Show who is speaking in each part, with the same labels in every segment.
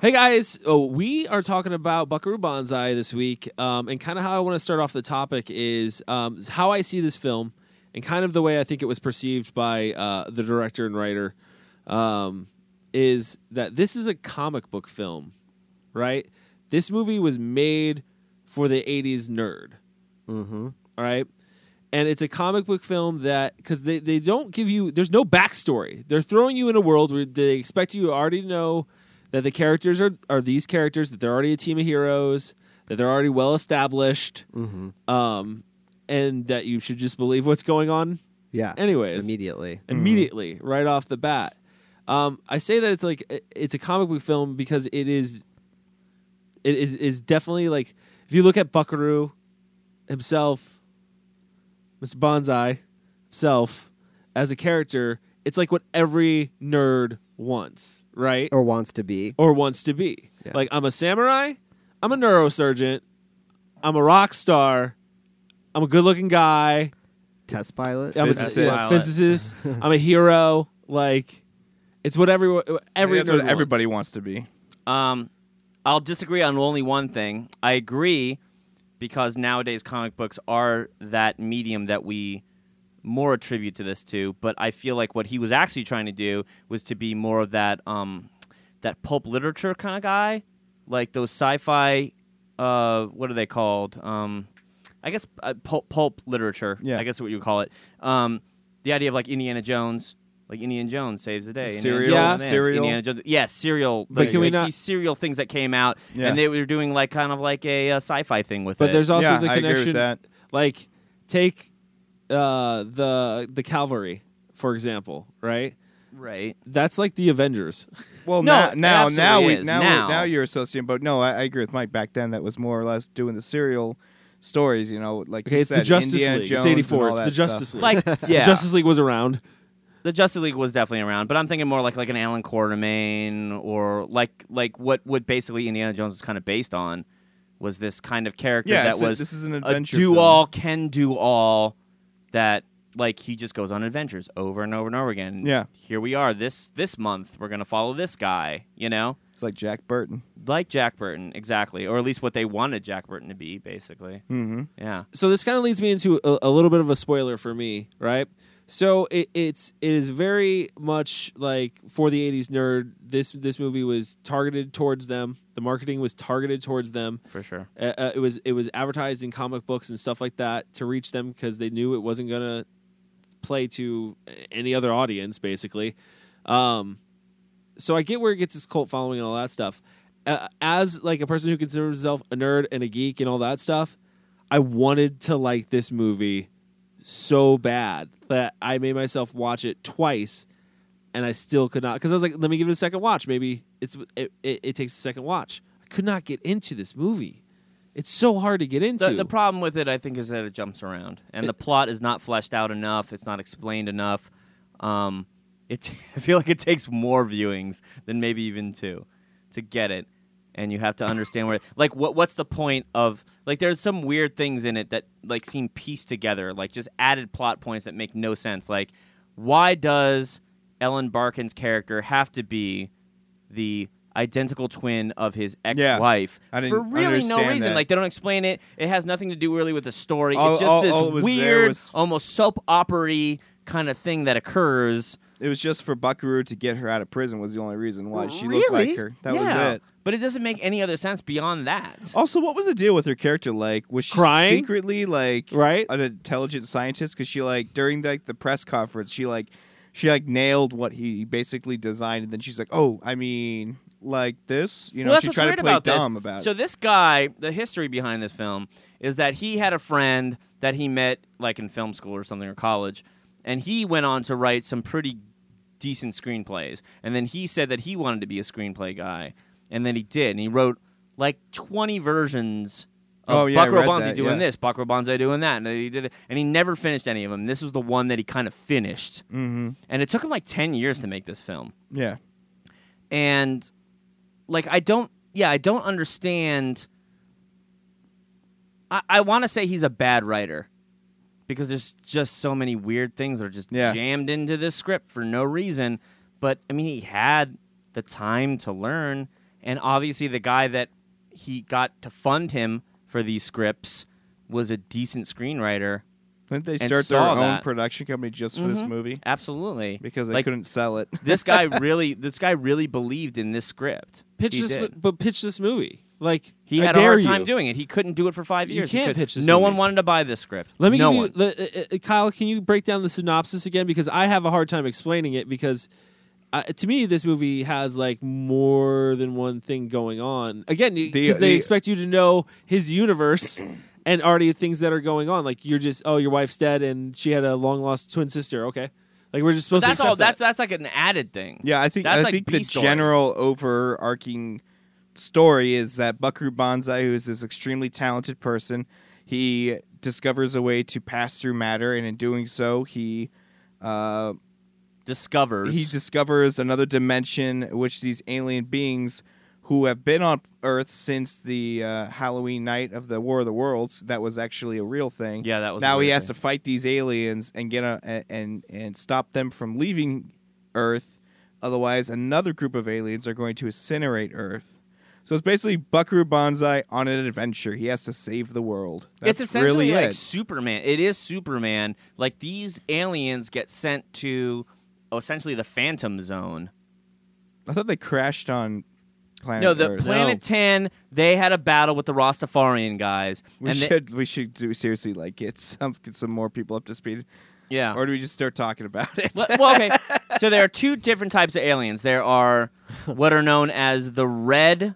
Speaker 1: Hey guys, oh, we are talking about Buckaroo Banzai this week, um, and kind of how I want to start off the topic is um, how I see this film, and kind of the way I think it was perceived by uh, the director and writer, um, is that this is a comic book film, right? This movie was made for the '80s nerd, all right? And it's a comic book film that because they, they don't give you there's no backstory. They're throwing you in a world where they expect you to already know that the characters are are these characters that they're already a team of heroes that they're already well established, um, and that you should just believe what's going on.
Speaker 2: Yeah.
Speaker 1: Anyways,
Speaker 2: Immediately.
Speaker 1: immediately right off the bat. Um, I say that it's like i- it's a comic book film because it is it is is definitely like if you look at Buckaroo himself, Mr. Bonsai himself as a character, it's like what every nerd wants, right?
Speaker 2: Or wants to be.
Speaker 1: or wants to be.
Speaker 2: Oh. Yeah.
Speaker 1: Like I'm a samurai, I'm a neurosurgeon, I'm a rock star, I'm a good-looking guy,
Speaker 2: Test pilot.
Speaker 1: I'm a
Speaker 3: Physicist.
Speaker 1: yeah, physicist, I'm a hero. Like it's what everyone, every
Speaker 3: That's what
Speaker 1: nerd
Speaker 3: everybody
Speaker 1: wants.
Speaker 3: wants to be.
Speaker 4: I'll disagree on only one thing. I agree because nowadays comic books are that medium that we more attribute to this to, but I feel like what he was actually trying to do was to be more of that um that pulp literature kind of guy, like those sci-fi uh what are they called? Um I guess uh, pulp, pulp literature.
Speaker 3: Yeah.
Speaker 4: I guess what you would call it. Um the idea of like Indiana Jones, like Indiana Jones saves the day. Indiana
Speaker 3: Serial-
Speaker 4: Jones
Speaker 1: Yeah.
Speaker 4: lands,
Speaker 3: serial.
Speaker 4: Indiana Jones. Yeah, serial.
Speaker 1: But
Speaker 4: like-
Speaker 1: can we
Speaker 4: like
Speaker 1: not-
Speaker 4: these serial things that came out,
Speaker 3: Yeah.
Speaker 4: and they were doing like kind of like a, uh sci-fi thing with
Speaker 1: But
Speaker 4: it.
Speaker 1: there's also
Speaker 3: Yeah,
Speaker 1: the
Speaker 3: I
Speaker 1: connection.
Speaker 3: agree with that.
Speaker 1: Like take uh, the the cavalry for example, right?
Speaker 4: right.
Speaker 1: That's like the Avengers.
Speaker 3: Well,
Speaker 4: No,
Speaker 3: now
Speaker 4: it
Speaker 3: now now
Speaker 4: absolutely
Speaker 3: we
Speaker 4: is.
Speaker 3: now, we-
Speaker 4: Now.
Speaker 3: now you're associating, but no, I, I agree with Mike. Back then, that was more or less doing the serial stories. You know, like
Speaker 1: Okay,
Speaker 3: you
Speaker 1: it's
Speaker 3: said,
Speaker 1: the Justice
Speaker 3: Indiana
Speaker 1: League.
Speaker 3: Jones
Speaker 1: it's
Speaker 3: and
Speaker 1: 84.
Speaker 3: all
Speaker 1: It's
Speaker 3: that
Speaker 1: the
Speaker 3: stuff.
Speaker 1: Justice League.
Speaker 4: Like yeah,
Speaker 1: Justice League was around.
Speaker 4: the Justice League was definitely around, but I'm thinking more like like an Alan Quartermain or like like what what basically Indiana Jones was kind of based on was this kind of character
Speaker 3: Yeah,
Speaker 4: that
Speaker 3: it's a-
Speaker 4: was
Speaker 3: this is an
Speaker 4: a
Speaker 3: adventure
Speaker 4: do all can do all that like he just goes on adventures over and over and over again.
Speaker 3: Yeah.
Speaker 4: Here we are this this month we're going to follow this guy, you know?
Speaker 3: It's like Jack Burton.
Speaker 4: Like Jack Burton, exactly, or at least what they wanted Jack Burton to be basically.
Speaker 3: Hmm.
Speaker 4: Mm-hmm. Yeah.
Speaker 1: so this kind of leads me into a, a little bit of a spoiler for me, right? So it, it's it is very much like for the '80s nerd. This this movie was targeted towards them. The marketing was targeted towards them
Speaker 4: For sure.
Speaker 1: Uh, uh, it was it was advertised in comic books and stuff like that to reach them because they knew it wasn't gonna play to a- any other audience, basically. Um, so I get where it gets its cult following and all that stuff. Uh, as like a person who considers himself a nerd and a geek and all that stuff, I wanted to like this movie so bad that I made myself watch it twice, and I still could not because I was like, let me give it a second watch. Maybe it's it, it, it takes a second watch. I could not get into this movie. It's so hard to get into.
Speaker 4: The, the problem with it, I think, is that it jumps around, and the plot is not fleshed out enough. It's not explained enough. Um, it, I feel like it takes more viewings than maybe even two to get it, and you have to understand where. Like, what what's the point of like? There's some weird things in it that like seem pieced together, like just added plot points that make no sense. Like, why does Ellen Barkin's character have to be the identical twin of his ex-wife
Speaker 3: I didn't
Speaker 4: for really no
Speaker 3: understand
Speaker 4: reason?
Speaker 3: that.
Speaker 4: Like, they don't explain it. It has nothing to do really with the story.
Speaker 3: All-
Speaker 4: it's just
Speaker 3: all-
Speaker 4: this
Speaker 3: all it was there
Speaker 4: weird,
Speaker 3: was-
Speaker 4: almost soap opery kind of thing that occurs.
Speaker 3: It was just for Buckaroo to get her out of prison was the only reason why she looked
Speaker 4: Really?
Speaker 3: like her. That
Speaker 4: Yeah.
Speaker 3: was it.
Speaker 4: But it doesn't make any other sense beyond that.
Speaker 3: Also, what was the deal with her character? Like, was she
Speaker 1: Crying?
Speaker 3: secretly like
Speaker 1: Right?
Speaker 3: an intelligent scientist? Because she like during like the press conference, she like she like nailed what he basically designed, and then she's like, "Oh, I mean, like this," you know?
Speaker 4: Well, that's
Speaker 3: she
Speaker 4: what's
Speaker 3: tried
Speaker 4: weird
Speaker 3: to play
Speaker 4: about
Speaker 3: dumb
Speaker 4: this.
Speaker 3: about
Speaker 4: So
Speaker 3: it.
Speaker 4: this guy, the history behind this film is that he had a friend that he met like in film school or something or college, and he went on to write some pretty decent screenplays. And then he said that he wanted to be a screenplay guy, and then he did, and he wrote like twenty versions. Of
Speaker 3: Oh, yeah, I
Speaker 4: Buckaroo
Speaker 3: read
Speaker 4: Banzai
Speaker 3: that,
Speaker 4: doing
Speaker 3: yeah.
Speaker 4: this, Buckaroo Banzai doing that, and he did it, and he never finished any of them. This was the one that he kind of finished,
Speaker 3: Mm-hmm.
Speaker 4: and it took him like ten years to make this film
Speaker 3: Yeah.
Speaker 4: and like I don't yeah, I don't understand I, I wanna say he's a bad writer. Because there's just so many weird things that are just
Speaker 3: Yeah.
Speaker 4: jammed into this script for no reason. But I mean he had the time to learn and obviously the guy that he got to fund him for these scripts was a decent screenwriter.
Speaker 3: Didn't they
Speaker 4: And
Speaker 3: start their
Speaker 4: saw
Speaker 3: own
Speaker 4: that.
Speaker 3: production company just for this
Speaker 4: Mhm.
Speaker 3: movie
Speaker 4: Absolutely.
Speaker 3: because they
Speaker 4: like,
Speaker 3: couldn't sell it?
Speaker 4: this guy really this guy really believed in this script.
Speaker 1: Pitch
Speaker 4: He
Speaker 1: this,
Speaker 4: did.
Speaker 1: mo- but pitch this movie. Like
Speaker 4: He
Speaker 1: I
Speaker 4: had a
Speaker 1: dare
Speaker 4: hard time
Speaker 1: you.
Speaker 4: doing it. He couldn't do it for five
Speaker 1: You
Speaker 4: years.
Speaker 1: can't
Speaker 4: he could-
Speaker 1: pitch this
Speaker 4: No
Speaker 1: movie.
Speaker 4: one wanted to buy this script.
Speaker 1: Let me
Speaker 4: no
Speaker 1: give you,
Speaker 4: one.
Speaker 1: le- uh, uh, Kyle. Can you break down the synopsis again? Because I have a hard time explaining it. Because uh, to me, this movie has like more than one thing going on. Again, because they
Speaker 3: the-
Speaker 1: expect you to know his universe and already things that are going on. Like you're just, oh, your wife's dead and she had a long lost twin sister. Okay, like we're just supposed
Speaker 4: that's
Speaker 1: to accept
Speaker 4: all. That's
Speaker 1: that.
Speaker 4: that's like an added thing.
Speaker 3: Yeah, I think
Speaker 4: That's
Speaker 3: I
Speaker 4: like
Speaker 3: think
Speaker 4: B
Speaker 3: the
Speaker 4: story.
Speaker 3: general overarching story is that Buckaroo Banzai, who is this extremely talented person, he discovers a way to pass through matter, and in doing so, he uh,
Speaker 4: discovers.
Speaker 3: he discovers another dimension, which these alien beings who have been on Earth since the uh, Halloween night of the War of the Worlds, that was actually a real thing.
Speaker 4: Yeah, that was a
Speaker 3: Now he
Speaker 4: real
Speaker 3: has
Speaker 4: thing.
Speaker 3: to fight these aliens and get a, a- and and stop them from leaving Earth. Otherwise, another group of aliens are going to incinerate Earth. So it's basically Buckaroo Banzai on an adventure. He has to save the world. That's
Speaker 4: it's essentially
Speaker 3: really
Speaker 4: like
Speaker 3: it.
Speaker 4: Superman. It is Superman. Like these aliens get sent to oh, essentially the Phantom Zone.
Speaker 3: I thought they crashed on planet
Speaker 4: No, the
Speaker 3: Earth.
Speaker 4: Planet Ten. They had a battle with the Rastafarian guys.
Speaker 3: We
Speaker 4: and they-
Speaker 3: should we should do seriously like get some get some more people up to speed,
Speaker 4: yeah.
Speaker 3: or do we just start talking about it?
Speaker 4: well, well, okay. So there are two different types of aliens. There are what are known as the red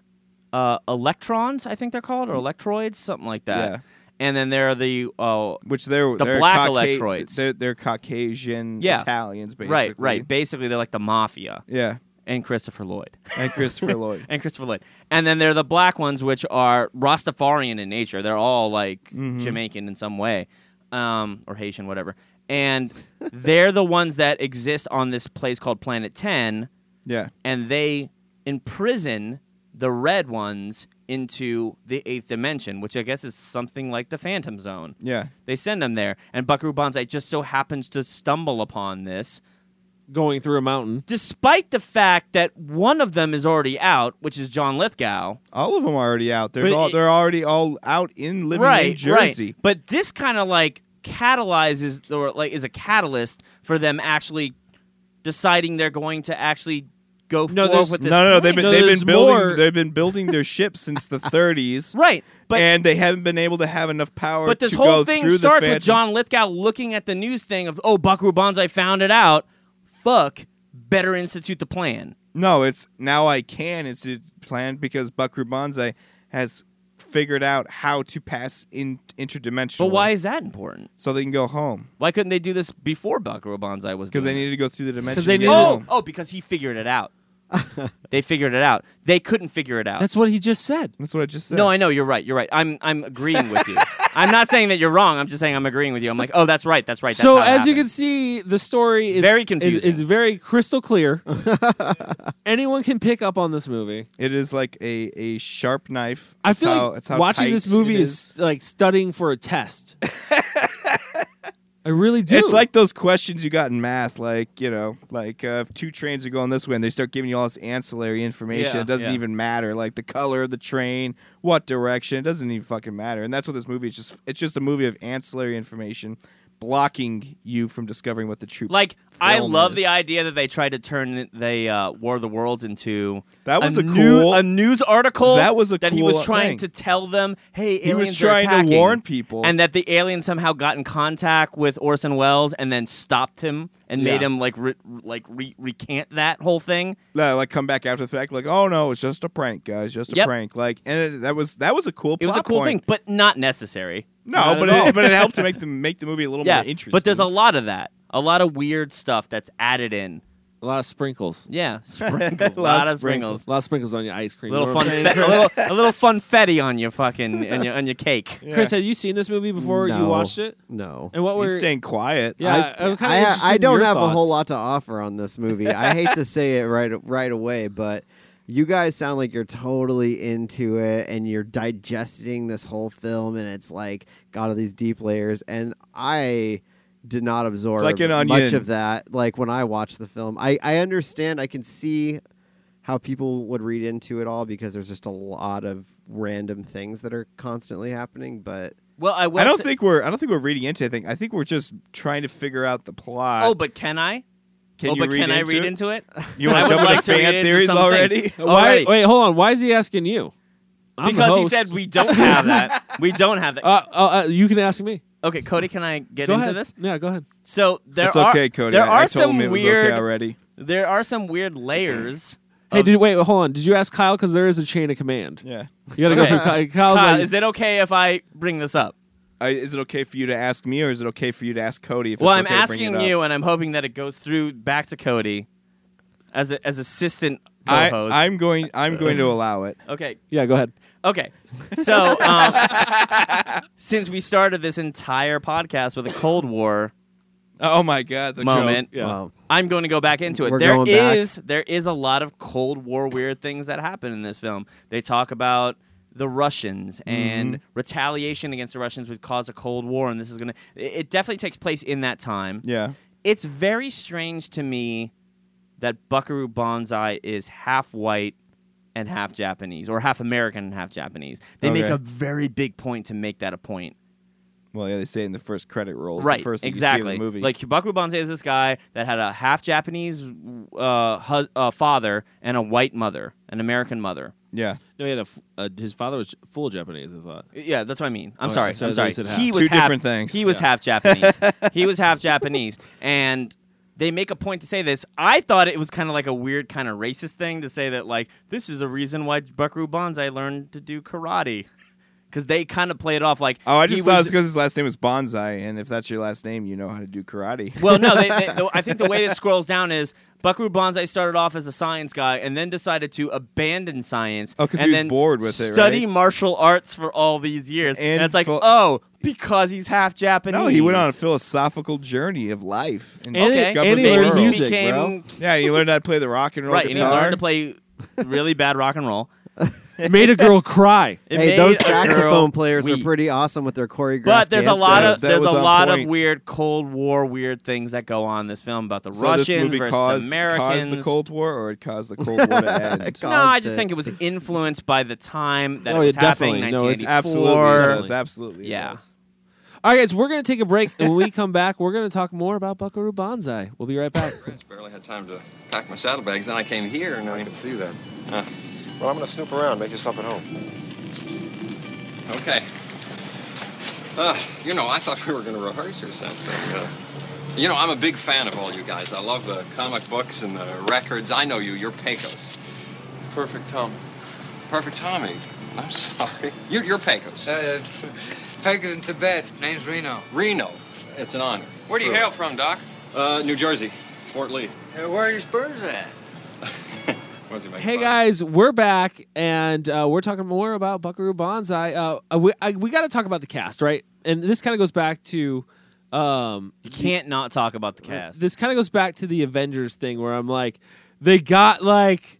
Speaker 4: uh, electrons, I think they're called, or electroids, something like that.
Speaker 3: Mm-hmm. Yeah.
Speaker 4: And then there are the uh,
Speaker 3: Which they're
Speaker 4: The
Speaker 3: they're
Speaker 4: black
Speaker 3: Cauca-
Speaker 4: electroids.
Speaker 3: They're, they're Caucasian
Speaker 4: Yeah.
Speaker 3: Italians, basically.
Speaker 4: right, right. Basically, they're like the mafia
Speaker 3: Yeah,
Speaker 4: and Christopher Lloyd
Speaker 3: and Christopher Lloyd.
Speaker 4: and Christopher Lloyd. And then there are the black ones, which are Rastafarian in nature. They're all like
Speaker 3: Mm-hmm.
Speaker 4: Jamaican in some way, um, or Haitian, whatever. And they're the ones that exist on this place called Planet Ten.
Speaker 3: Yeah,
Speaker 4: and they imprison the red ones into the eighth dimension, which I guess is something like the Phantom Zone.
Speaker 3: yeah.
Speaker 4: They send them there, and Buckaroo Banzai just so happens to stumble upon this,
Speaker 1: going through a mountain.
Speaker 4: despite the fact that one of them is already out, which is John Lithgow.
Speaker 3: All of them are already out. They're
Speaker 4: But
Speaker 3: all
Speaker 4: it-
Speaker 3: they're already all out in living in Jersey.
Speaker 4: right. But this kind of like catalyzes or like is a catalyst for them actually deciding they're going to actually go
Speaker 1: No,
Speaker 4: forward
Speaker 1: there's-
Speaker 4: with this.
Speaker 3: No, no, no, they've
Speaker 4: plan.
Speaker 3: been
Speaker 1: No,
Speaker 3: they've
Speaker 1: there's
Speaker 3: been building
Speaker 1: more.
Speaker 3: they've been building their ship since the 30s,
Speaker 4: right. But
Speaker 3: and they haven't been able to have enough power.
Speaker 4: But this
Speaker 3: to
Speaker 4: whole
Speaker 3: go
Speaker 4: thing
Speaker 3: through the
Speaker 4: starts with
Speaker 3: Phantom-
Speaker 4: John Lithgow looking at the news thing of, oh, Buckaroo Banzai found it out. Fuck, better institute the plan.
Speaker 3: No, it's now I can is the plan because Buckaroo Banzai has figured out how to pass in interdimensional.
Speaker 4: But why is that important?
Speaker 3: So they can go home
Speaker 4: Why couldn't they do this before Buckaroo Banzai was?
Speaker 3: because they
Speaker 4: doing it?
Speaker 3: needed to go through the dimension.
Speaker 1: 'Cause they
Speaker 3: to get
Speaker 1: needed-
Speaker 4: Oh,
Speaker 3: home.
Speaker 4: oh, because he figured it out. they figured it out. They couldn't figure it out.
Speaker 1: That's what he just said.
Speaker 3: that's what I just said.
Speaker 4: no, I know you're right. You're right. I'm I'm agreeing with you. I'm not saying that you're wrong. I'm just saying I'm agreeing with you. I'm like, oh, that's right. That's right. That's
Speaker 1: so
Speaker 4: how it
Speaker 1: as you can
Speaker 4: happened.
Speaker 1: see, the story is
Speaker 4: Very
Speaker 1: is-
Speaker 4: confusing.
Speaker 1: Is, very crystal clear. Anyone can pick up on this movie.
Speaker 3: it is like a, a sharp knife.
Speaker 1: I
Speaker 3: That's
Speaker 1: feel
Speaker 3: how,
Speaker 1: like
Speaker 3: that's how
Speaker 1: watching
Speaker 3: tight
Speaker 1: this movie
Speaker 3: it
Speaker 1: is. like studying for a test. I really do.
Speaker 3: It's like those questions you got in math, like you know, like uh, if two trains are going this way, and they start giving you all this ancillary information.
Speaker 4: Yeah,
Speaker 3: it doesn't
Speaker 4: yeah.
Speaker 3: even matter, like the color of the train, what direction. It doesn't even fucking matter. And that's what this movie is just. It's just a movie of ancillary information blocking you from discovering what the true
Speaker 4: Like I
Speaker 3: film
Speaker 4: love
Speaker 3: is.
Speaker 4: the idea that they tried to turn they uh, War of the Worlds into
Speaker 3: That was
Speaker 4: a,
Speaker 3: a
Speaker 4: new-
Speaker 3: cool-
Speaker 4: a news article.
Speaker 3: That was a
Speaker 4: that he
Speaker 3: cool
Speaker 4: was
Speaker 3: thing.
Speaker 4: trying to tell them, hey,
Speaker 3: He was
Speaker 4: aliens are
Speaker 3: trying to
Speaker 4: attacking,"
Speaker 3: warn people.
Speaker 4: and that the alien somehow got in contact with Orson Welles and then stopped him and made
Speaker 1: Yeah.
Speaker 4: him like re- like re- recant that whole thing.
Speaker 3: No, uh, like come back after the fact, like oh no, it's just a prank, guys, just a
Speaker 4: Yep.
Speaker 3: prank. Like and it, that was that was a cool.
Speaker 4: It was a
Speaker 3: plot
Speaker 4: cool
Speaker 3: point.
Speaker 4: thing, but not necessary.
Speaker 3: No,
Speaker 4: Not
Speaker 3: but
Speaker 4: at all.
Speaker 3: it, but it helped to make the make the movie a little more
Speaker 4: yeah,
Speaker 3: interesting.
Speaker 4: but there's a lot of that, a lot of weird stuff that's added in.
Speaker 1: A lot of sprinkles.
Speaker 4: Yeah, sprinkles, a lot of sprinkles.
Speaker 1: A lot of sprinkles on your ice cream.
Speaker 4: little
Speaker 1: You know what
Speaker 4: fun,
Speaker 1: I'm saying?
Speaker 4: a little, a little funfetti on your fucking on your on your cake.
Speaker 1: Chris, had you seen this movie before you
Speaker 2: No.
Speaker 1: watched it?
Speaker 2: No.
Speaker 1: And what
Speaker 3: He's
Speaker 1: were
Speaker 3: staying quiet.
Speaker 1: Yeah,
Speaker 2: I,
Speaker 1: I'm kinda
Speaker 2: I-
Speaker 1: interested
Speaker 2: I
Speaker 1: in
Speaker 2: don't
Speaker 1: your
Speaker 2: have a
Speaker 1: thoughts.
Speaker 2: whole lot to offer on this movie. I hate to say it right right away, but you guys sound like you're totally into it and you're digesting this whole film, and it's like got all these deep layers. And I did not absorb
Speaker 3: like an
Speaker 2: much
Speaker 3: onion.
Speaker 2: of that. Like when I watched the film, I I understand. I can see how people would read into it all because there's just a lot of random things that are constantly happening, but.
Speaker 4: Well, I, will
Speaker 3: I don't
Speaker 4: say-
Speaker 3: think we're I don't think we're reading into anything. I think we're just trying to figure out the plot.
Speaker 4: Oh, but can I?
Speaker 3: can
Speaker 4: oh,
Speaker 3: you
Speaker 4: but
Speaker 3: read
Speaker 4: can
Speaker 3: into
Speaker 4: I read
Speaker 3: it?
Speaker 4: into it?
Speaker 3: You want
Speaker 4: I
Speaker 3: to
Speaker 4: would
Speaker 3: jump
Speaker 4: like
Speaker 3: into
Speaker 4: to
Speaker 3: fan
Speaker 4: read into
Speaker 3: theories
Speaker 4: some
Speaker 3: already?
Speaker 4: things.
Speaker 1: Why,
Speaker 4: Alright.
Speaker 1: wait, hold on. Why is he asking you? I'm the
Speaker 4: because he
Speaker 1: host.
Speaker 4: said we don't have that. We don't have that.
Speaker 1: Uh, uh, uh, you can ask me.
Speaker 4: okay, Cody, can I get
Speaker 1: Go
Speaker 4: into
Speaker 1: ahead.
Speaker 4: this?
Speaker 1: Yeah, go ahead.
Speaker 4: So there
Speaker 3: It's
Speaker 4: are
Speaker 3: okay, Cody.
Speaker 4: there
Speaker 3: I- I
Speaker 4: are
Speaker 3: told
Speaker 4: some
Speaker 3: him it was
Speaker 4: weird
Speaker 3: okay already.
Speaker 4: there are some weird layers.
Speaker 1: Hey,
Speaker 4: Of-
Speaker 1: did wait, hold on. Did you ask Kyle? Because there is a chain of command.
Speaker 3: Yeah.
Speaker 1: You gotta go
Speaker 4: Okay.
Speaker 1: through Kyle. Kyle's
Speaker 4: Kyle,
Speaker 1: like,
Speaker 4: Uh, is it okay if I bring this up?
Speaker 3: I, is it okay for you to ask me, or is it okay for you to ask Cody? If
Speaker 4: Well,
Speaker 3: it's
Speaker 4: I'm
Speaker 3: okay to bring it
Speaker 4: asking
Speaker 3: up?
Speaker 4: you, and I'm hoping that it goes through back to Cody as a, as assistant
Speaker 3: I,
Speaker 4: co-host.
Speaker 3: I'm going. I'm going to allow it.
Speaker 4: okay,
Speaker 1: yeah, go ahead.
Speaker 4: Okay. So, um, since we started this entire podcast with a Cold War
Speaker 3: Oh my God, the joke.
Speaker 4: moment,
Speaker 1: Yeah.
Speaker 2: Wow.
Speaker 4: I'm going to go back into it.
Speaker 2: We're
Speaker 4: There
Speaker 2: going back.
Speaker 4: is there is a lot of Cold War weird things that happen in this film. They talk about the Russians
Speaker 2: Mm-hmm.
Speaker 4: and retaliation against the Russians would cause a Cold War, and this is gonna. It, it definitely takes place in that time.
Speaker 3: Yeah.
Speaker 4: It's very strange to me that Buckaroo Banzai is half white and half Japanese, or half American and half Japanese. They make
Speaker 3: Okay.
Speaker 4: a very big point to make that a point.
Speaker 3: Well, yeah, they say in the first credit rolls. the
Speaker 4: right,
Speaker 3: first thing you see in the
Speaker 4: exactly.
Speaker 3: movie.
Speaker 4: Like Buckaroo Banzai is this guy that had a half Japanese uh, hu- uh, father and a white mother, an American mother.
Speaker 3: yeah.
Speaker 1: No, he had a f- uh, his father was full Japanese. I thought.
Speaker 4: Yeah, that's what I mean. I'm
Speaker 1: Oh,
Speaker 4: sorry.
Speaker 1: yeah, so
Speaker 4: I'm
Speaker 1: they
Speaker 4: sorry.
Speaker 1: said half.
Speaker 4: He was
Speaker 3: Two
Speaker 4: half,
Speaker 3: different things.
Speaker 4: He was half Japanese. he was half Japanese, and they make a point to say this. I thought it was kind of like a weird, kind of racist thing to say that like this is a reason why Buckaroo Banzai learned to do karate, because they kind of play it off like
Speaker 3: Oh, I
Speaker 4: he
Speaker 3: just thought it
Speaker 4: was-
Speaker 3: was because his last name was Bonsai, and if that's your last name, you know how to do karate.
Speaker 4: Well, no, they, they, the, I think the way it scrolls down is Buckaroo Banzai started off as a science guy and then decided to abandon science.
Speaker 3: Oh, 'cause he
Speaker 4: and
Speaker 3: was
Speaker 4: then
Speaker 3: bored with it,
Speaker 4: Study
Speaker 3: right?
Speaker 4: martial arts for all these years, and,
Speaker 3: And
Speaker 4: it's like,
Speaker 3: phil-
Speaker 4: oh, because he's half Japanese.
Speaker 3: No, he went on a philosophical journey of life and
Speaker 1: And he-
Speaker 3: discovered
Speaker 1: and he
Speaker 3: the
Speaker 1: learned
Speaker 3: world.
Speaker 1: music,
Speaker 4: became-
Speaker 3: Yeah, he learned how to play the rock and roll
Speaker 4: right, and he
Speaker 3: guitar.
Speaker 4: learned to play really bad rock and roll.
Speaker 1: Made a girl cry.
Speaker 4: It
Speaker 2: hey,
Speaker 4: made
Speaker 2: those
Speaker 4: a girl
Speaker 2: saxophone players are
Speaker 4: weep.
Speaker 2: pretty awesome with their choreographed.
Speaker 4: But there's a lot
Speaker 3: dancing.
Speaker 4: of
Speaker 3: That
Speaker 4: there's a
Speaker 3: was on
Speaker 4: lot of
Speaker 3: point.
Speaker 4: weird Cold War weird things that go on in this film about the
Speaker 3: so
Speaker 4: Russians
Speaker 3: this movie
Speaker 4: versus
Speaker 3: caused,
Speaker 4: Americans.
Speaker 3: caused the Cold War, or it caused the Cold War to end.
Speaker 4: no, I
Speaker 2: caused
Speaker 4: just
Speaker 2: it.
Speaker 4: think it was influenced by the time that
Speaker 1: Oh,
Speaker 4: it was
Speaker 1: yeah, definitely.
Speaker 4: happening.
Speaker 1: No, it's
Speaker 4: 1984.
Speaker 3: absolutely, it does. Absolutely, it
Speaker 4: Yeah.
Speaker 3: does.
Speaker 1: All right, guys, we're gonna take a break, and when we come back, we're gonna talk more about Buckaroo Banzai. We'll be right back.
Speaker 5: Barely had time to pack my saddlebags, then I came here and I.
Speaker 6: can see that.
Speaker 5: Huh.
Speaker 6: Well, I'm going to snoop around, make yourself at home.
Speaker 5: Okay. Uh, you know, I thought we were going to rehearse or something. Uh, you know, I'm a big fan of all you guys. I love the comic books and the records. I know you. You're Pecos.
Speaker 6: Perfect, Tom.
Speaker 5: Perfect Tommy. I'm sorry. You're, you're Pecos.
Speaker 7: Uh, Peg in Tibet. Name's Reno.
Speaker 5: Reno. It's an honor.
Speaker 7: Where do you hail from, Doc?
Speaker 5: Uh, New Jersey, Fort Lee.
Speaker 7: Uh, where are your spurs at?
Speaker 5: Was he making
Speaker 1: hey
Speaker 5: fun?
Speaker 1: guys, we're back, and uh, we're talking more about Buckaroo Banzai. Uh, uh, we I, we got to talk about the cast, right? And this kind of goes back to. Um,
Speaker 4: You can't not talk about the cast.
Speaker 1: This kind of goes back to the Avengers thing where I'm like, they got like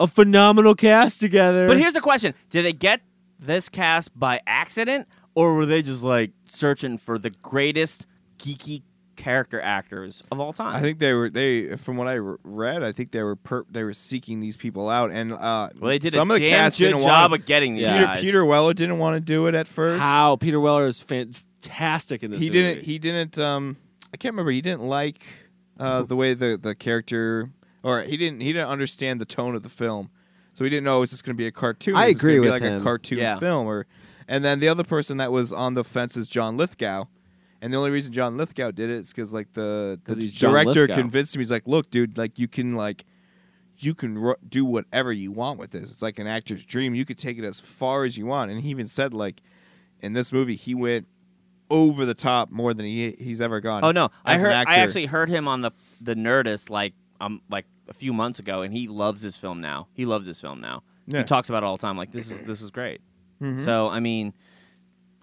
Speaker 1: a phenomenal cast together.
Speaker 4: but here's the question: Did they get this cast by accident, or were they just like searching for the greatest geeky character actors of all time?
Speaker 3: I think they were they from what I re- read. I think they were per- they were seeking these people out, and uh,
Speaker 4: well, they did
Speaker 3: some
Speaker 4: a
Speaker 3: of the
Speaker 4: damn
Speaker 3: cast
Speaker 4: good
Speaker 3: didn't
Speaker 4: job
Speaker 3: want.
Speaker 4: of getting these
Speaker 3: Peter
Speaker 4: guys.
Speaker 3: Peter Weller didn't want to do it at first.
Speaker 1: how Peter Weller is fan- fantastic in this.
Speaker 3: he
Speaker 1: movie.
Speaker 3: didn't he didn't um i can't remember he didn't like uh the way the the character or he didn't he didn't understand the tone of the film so he didn't know is this going to be a cartoon
Speaker 2: I
Speaker 3: Is this gonna
Speaker 2: agree
Speaker 3: be
Speaker 2: with
Speaker 3: like
Speaker 2: him.
Speaker 3: a cartoon
Speaker 2: Yeah.
Speaker 3: film or and then the other person that was on the fence is john lithgow and the only reason john lithgow did it is because like the, the
Speaker 1: 'Cause he's John
Speaker 3: director
Speaker 1: Lithgow.
Speaker 3: convinced him he's like look dude like you can like you can ru- do whatever you want with this. It's like an actor's dream. You could take it as far as you want. And he even said like in this movie he went over the top more than he he's ever gone.
Speaker 4: Oh no, I
Speaker 3: as an
Speaker 4: heard.
Speaker 3: actor.
Speaker 4: I actually heard him on the the Nerdist like um like a few months ago, and he loves this film now. He loves this film now.
Speaker 3: Yeah.
Speaker 4: He talks about it all the time. Like this is this was great.
Speaker 2: Mm-hmm.
Speaker 1: Mhm.
Speaker 4: So I mean,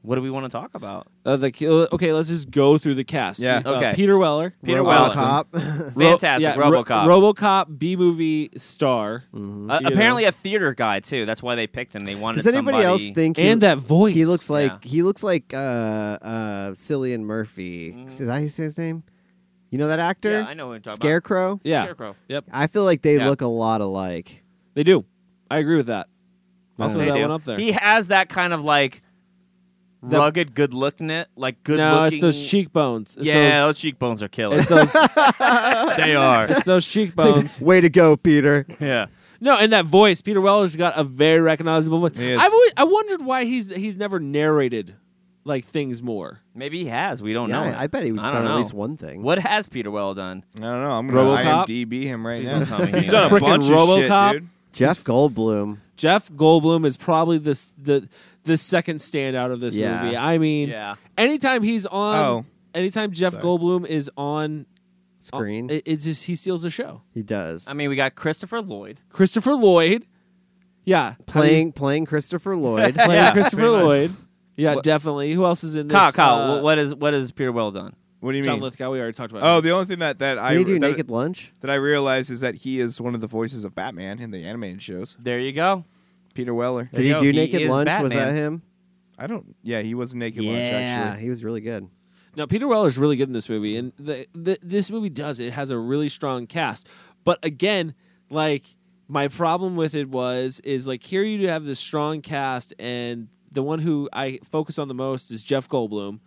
Speaker 4: what do we want to talk about?
Speaker 1: Uh, the okay, let's just go through the cast.
Speaker 4: Yeah.
Speaker 1: Uh,
Speaker 4: Okay.
Speaker 1: Peter Weller,
Speaker 4: Peter Weller. Robocop. Fantastic, Robocop.
Speaker 1: Ro- RoboCop B movie star.
Speaker 2: Mm.
Speaker 4: Uh,
Speaker 1: You know.
Speaker 4: apparently, a theater guy too. That's why they picked him. They wanted.
Speaker 2: Does anybody
Speaker 4: somebody-
Speaker 2: else think? he- He looks
Speaker 4: Yeah.
Speaker 2: like he looks like uh, uh, Cillian Murphy. Is that how you say his name? You know that actor?
Speaker 4: Mm. Yeah, I know who you're talking about.
Speaker 2: Scarecrow.
Speaker 4: Yeah. Scarecrow. Yep.
Speaker 2: I feel like they
Speaker 4: Yeah.
Speaker 2: look a lot alike.
Speaker 1: They do. I agree with that.
Speaker 2: I'll
Speaker 1: Also,
Speaker 2: throw
Speaker 1: that
Speaker 4: They do.
Speaker 1: one up there.
Speaker 4: He has that kind of like
Speaker 1: The-
Speaker 4: rugged, good looking, like good
Speaker 1: no,
Speaker 4: looking.
Speaker 1: it's those cheekbones. It's
Speaker 4: yeah,
Speaker 1: those,
Speaker 4: those cheekbones are killer.
Speaker 1: It's those.
Speaker 4: they are.
Speaker 1: It's those cheekbones.
Speaker 2: Way to go, Peter.
Speaker 4: Yeah.
Speaker 1: No, and that voice, Peter Weller's got a very recognizable voice.
Speaker 4: is.
Speaker 1: I've always, I wondered why he's he's never narrated like things more.
Speaker 4: Maybe he has. We don't
Speaker 1: Yeah,
Speaker 4: know.
Speaker 1: I- I bet he would
Speaker 4: don't
Speaker 1: sound at
Speaker 4: know.
Speaker 1: least one thing.
Speaker 4: What has Peter Well done?
Speaker 3: I don't know. I'm
Speaker 1: gonna RoboCop?
Speaker 3: IMDb him right now.
Speaker 4: Please don't tell me
Speaker 3: He's
Speaker 4: he
Speaker 3: done
Speaker 4: has.
Speaker 3: a bunch of
Speaker 1: RoboCop.
Speaker 3: shit, dude.
Speaker 2: Jeff
Speaker 4: Oh,
Speaker 2: Goldblum.
Speaker 1: Jeff Goldblum is probably the s- the the second standout of this
Speaker 2: Yeah.
Speaker 1: movie. I mean,
Speaker 4: Yeah.
Speaker 1: anytime he's on,
Speaker 2: Oh.
Speaker 1: anytime Jeff Goldblum is on
Speaker 2: Screen.
Speaker 1: Oh, it, it's just he steals the show.
Speaker 2: He does.
Speaker 4: I mean, we got Christopher Lloyd.
Speaker 1: Christopher Lloyd, yeah,
Speaker 2: playing playing Christopher Lloyd.
Speaker 1: playing Christopher Lloyd. Yeah,
Speaker 4: What-
Speaker 1: definitely. Who else is in this?
Speaker 4: Kyle, Kyle,
Speaker 1: Uh,
Speaker 4: wh- what is what is Peter Well done?
Speaker 3: What do you
Speaker 1: John
Speaker 3: mean?
Speaker 1: Lithgow. We already talked about.
Speaker 3: Oh,
Speaker 1: him.
Speaker 3: the only thing that that I
Speaker 2: Did he do
Speaker 3: that,
Speaker 2: Naked Lunch?
Speaker 3: that I realized is that he is one of the voices of Batman in the animated shows.
Speaker 4: There you go.
Speaker 3: Peter Weller.
Speaker 2: Did he do Naked Lunch? Was that him?
Speaker 3: I don't. Yeah, he was in Naked
Speaker 2: yeah,
Speaker 3: Lunch actually.
Speaker 2: he was really good.
Speaker 1: Now, Peter Weller's really good in this movie, and the, the, this movie does it. has a really strong cast. But again, like my problem with it was is like here you have this strong cast, and the one who I focus on the most is Jeff Goldblum,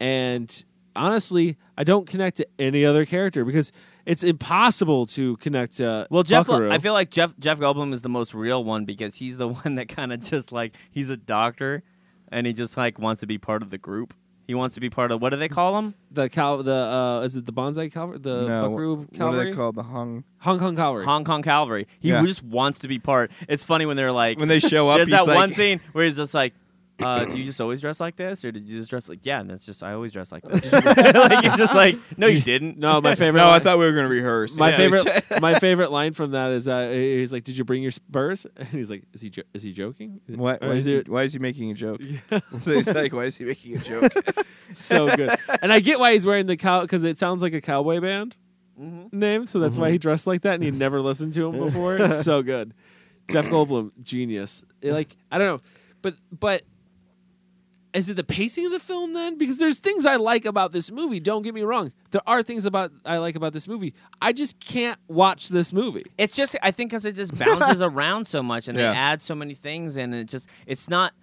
Speaker 1: and honestly, I don't connect to any other character because it's impossible to connect to.
Speaker 4: Well, Jeff,
Speaker 1: Buckaroo.
Speaker 4: I feel like Jeff Jeff Goldblum is the most real one because he's the one that kind of just like he's a doctor, and he just like wants to be part of the group. He wants to be part of what do they call him?
Speaker 1: the cow, the uh, is it the bonsai cavalry, the
Speaker 3: No,
Speaker 1: Buckaroo
Speaker 3: what are
Speaker 1: cavalry,
Speaker 3: they called? The hung.
Speaker 1: Hong Kong cavalry,
Speaker 4: Hong Kong Calvary. He
Speaker 3: Yeah.
Speaker 4: just wants to be part. It's funny when they're like
Speaker 3: When they show up,
Speaker 4: There's
Speaker 3: he's
Speaker 4: that
Speaker 3: like-
Speaker 4: one scene where he's just like, uh, "Do you just always dress like this, or did you just dress like yeah?" And it's just I always dress like this. like he's just like, "No, you didn't."
Speaker 1: No, my favorite.
Speaker 3: No, I
Speaker 1: line-
Speaker 3: thought we were gonna rehearse.
Speaker 1: My
Speaker 3: Yeah.
Speaker 1: favorite. my favorite line from that is uh, he's like, "Did you bring your spurs?" And he's like, "Is he jo- is he joking?" Is it-
Speaker 3: Why,
Speaker 1: or
Speaker 3: why, is he,
Speaker 1: it-
Speaker 3: why is he making a joke? He's like, why is he making a joke?
Speaker 1: so good? And I get why he's wearing the cow because it sounds like a cowboy band name, so that's why he dressed like that. And he never listened to him before. It's so good. Jeff Goldblum, genius. It, Like I don't know, but but is it the pacing of the film then? Because there's things I like about this movie. Don't get me wrong. There are things about I like about this movie. I just can't watch this movie.
Speaker 4: It's just I think because it just bounces around so much, and
Speaker 1: Yeah.
Speaker 4: they add so many things, and it just it's not.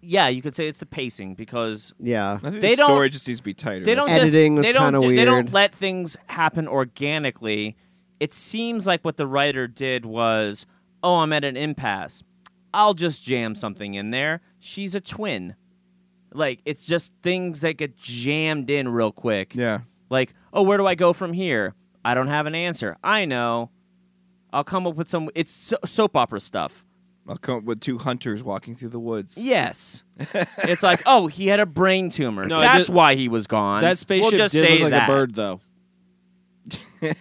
Speaker 4: Yeah, you could say it's the pacing because
Speaker 2: Yeah. I
Speaker 3: think
Speaker 4: they
Speaker 3: the
Speaker 4: don't.
Speaker 3: story just needs to be tighter.
Speaker 4: They don't
Speaker 2: Editing was
Speaker 4: just, they don't
Speaker 2: kinda
Speaker 4: do- They don't
Speaker 2: weird.
Speaker 4: let things happen organically. It seems like what the writer did was, oh, I'm at an impasse. I'll just jam something in there. She's a twin. Like it's just things that get jammed in real quick.
Speaker 3: Yeah.
Speaker 4: Like, oh, where do I go from here? I don't have an answer. I know. I'll come up with some. It's so- soap opera stuff.
Speaker 3: I'll come up with two hunters walking through the woods.
Speaker 4: Yes. it's like, oh, he had a brain tumor.
Speaker 1: No, it
Speaker 4: That's
Speaker 1: did-
Speaker 4: why he was gone.
Speaker 1: That spaceship
Speaker 4: we'll just
Speaker 1: did
Speaker 4: say
Speaker 1: look like
Speaker 4: that.
Speaker 1: a bird, though.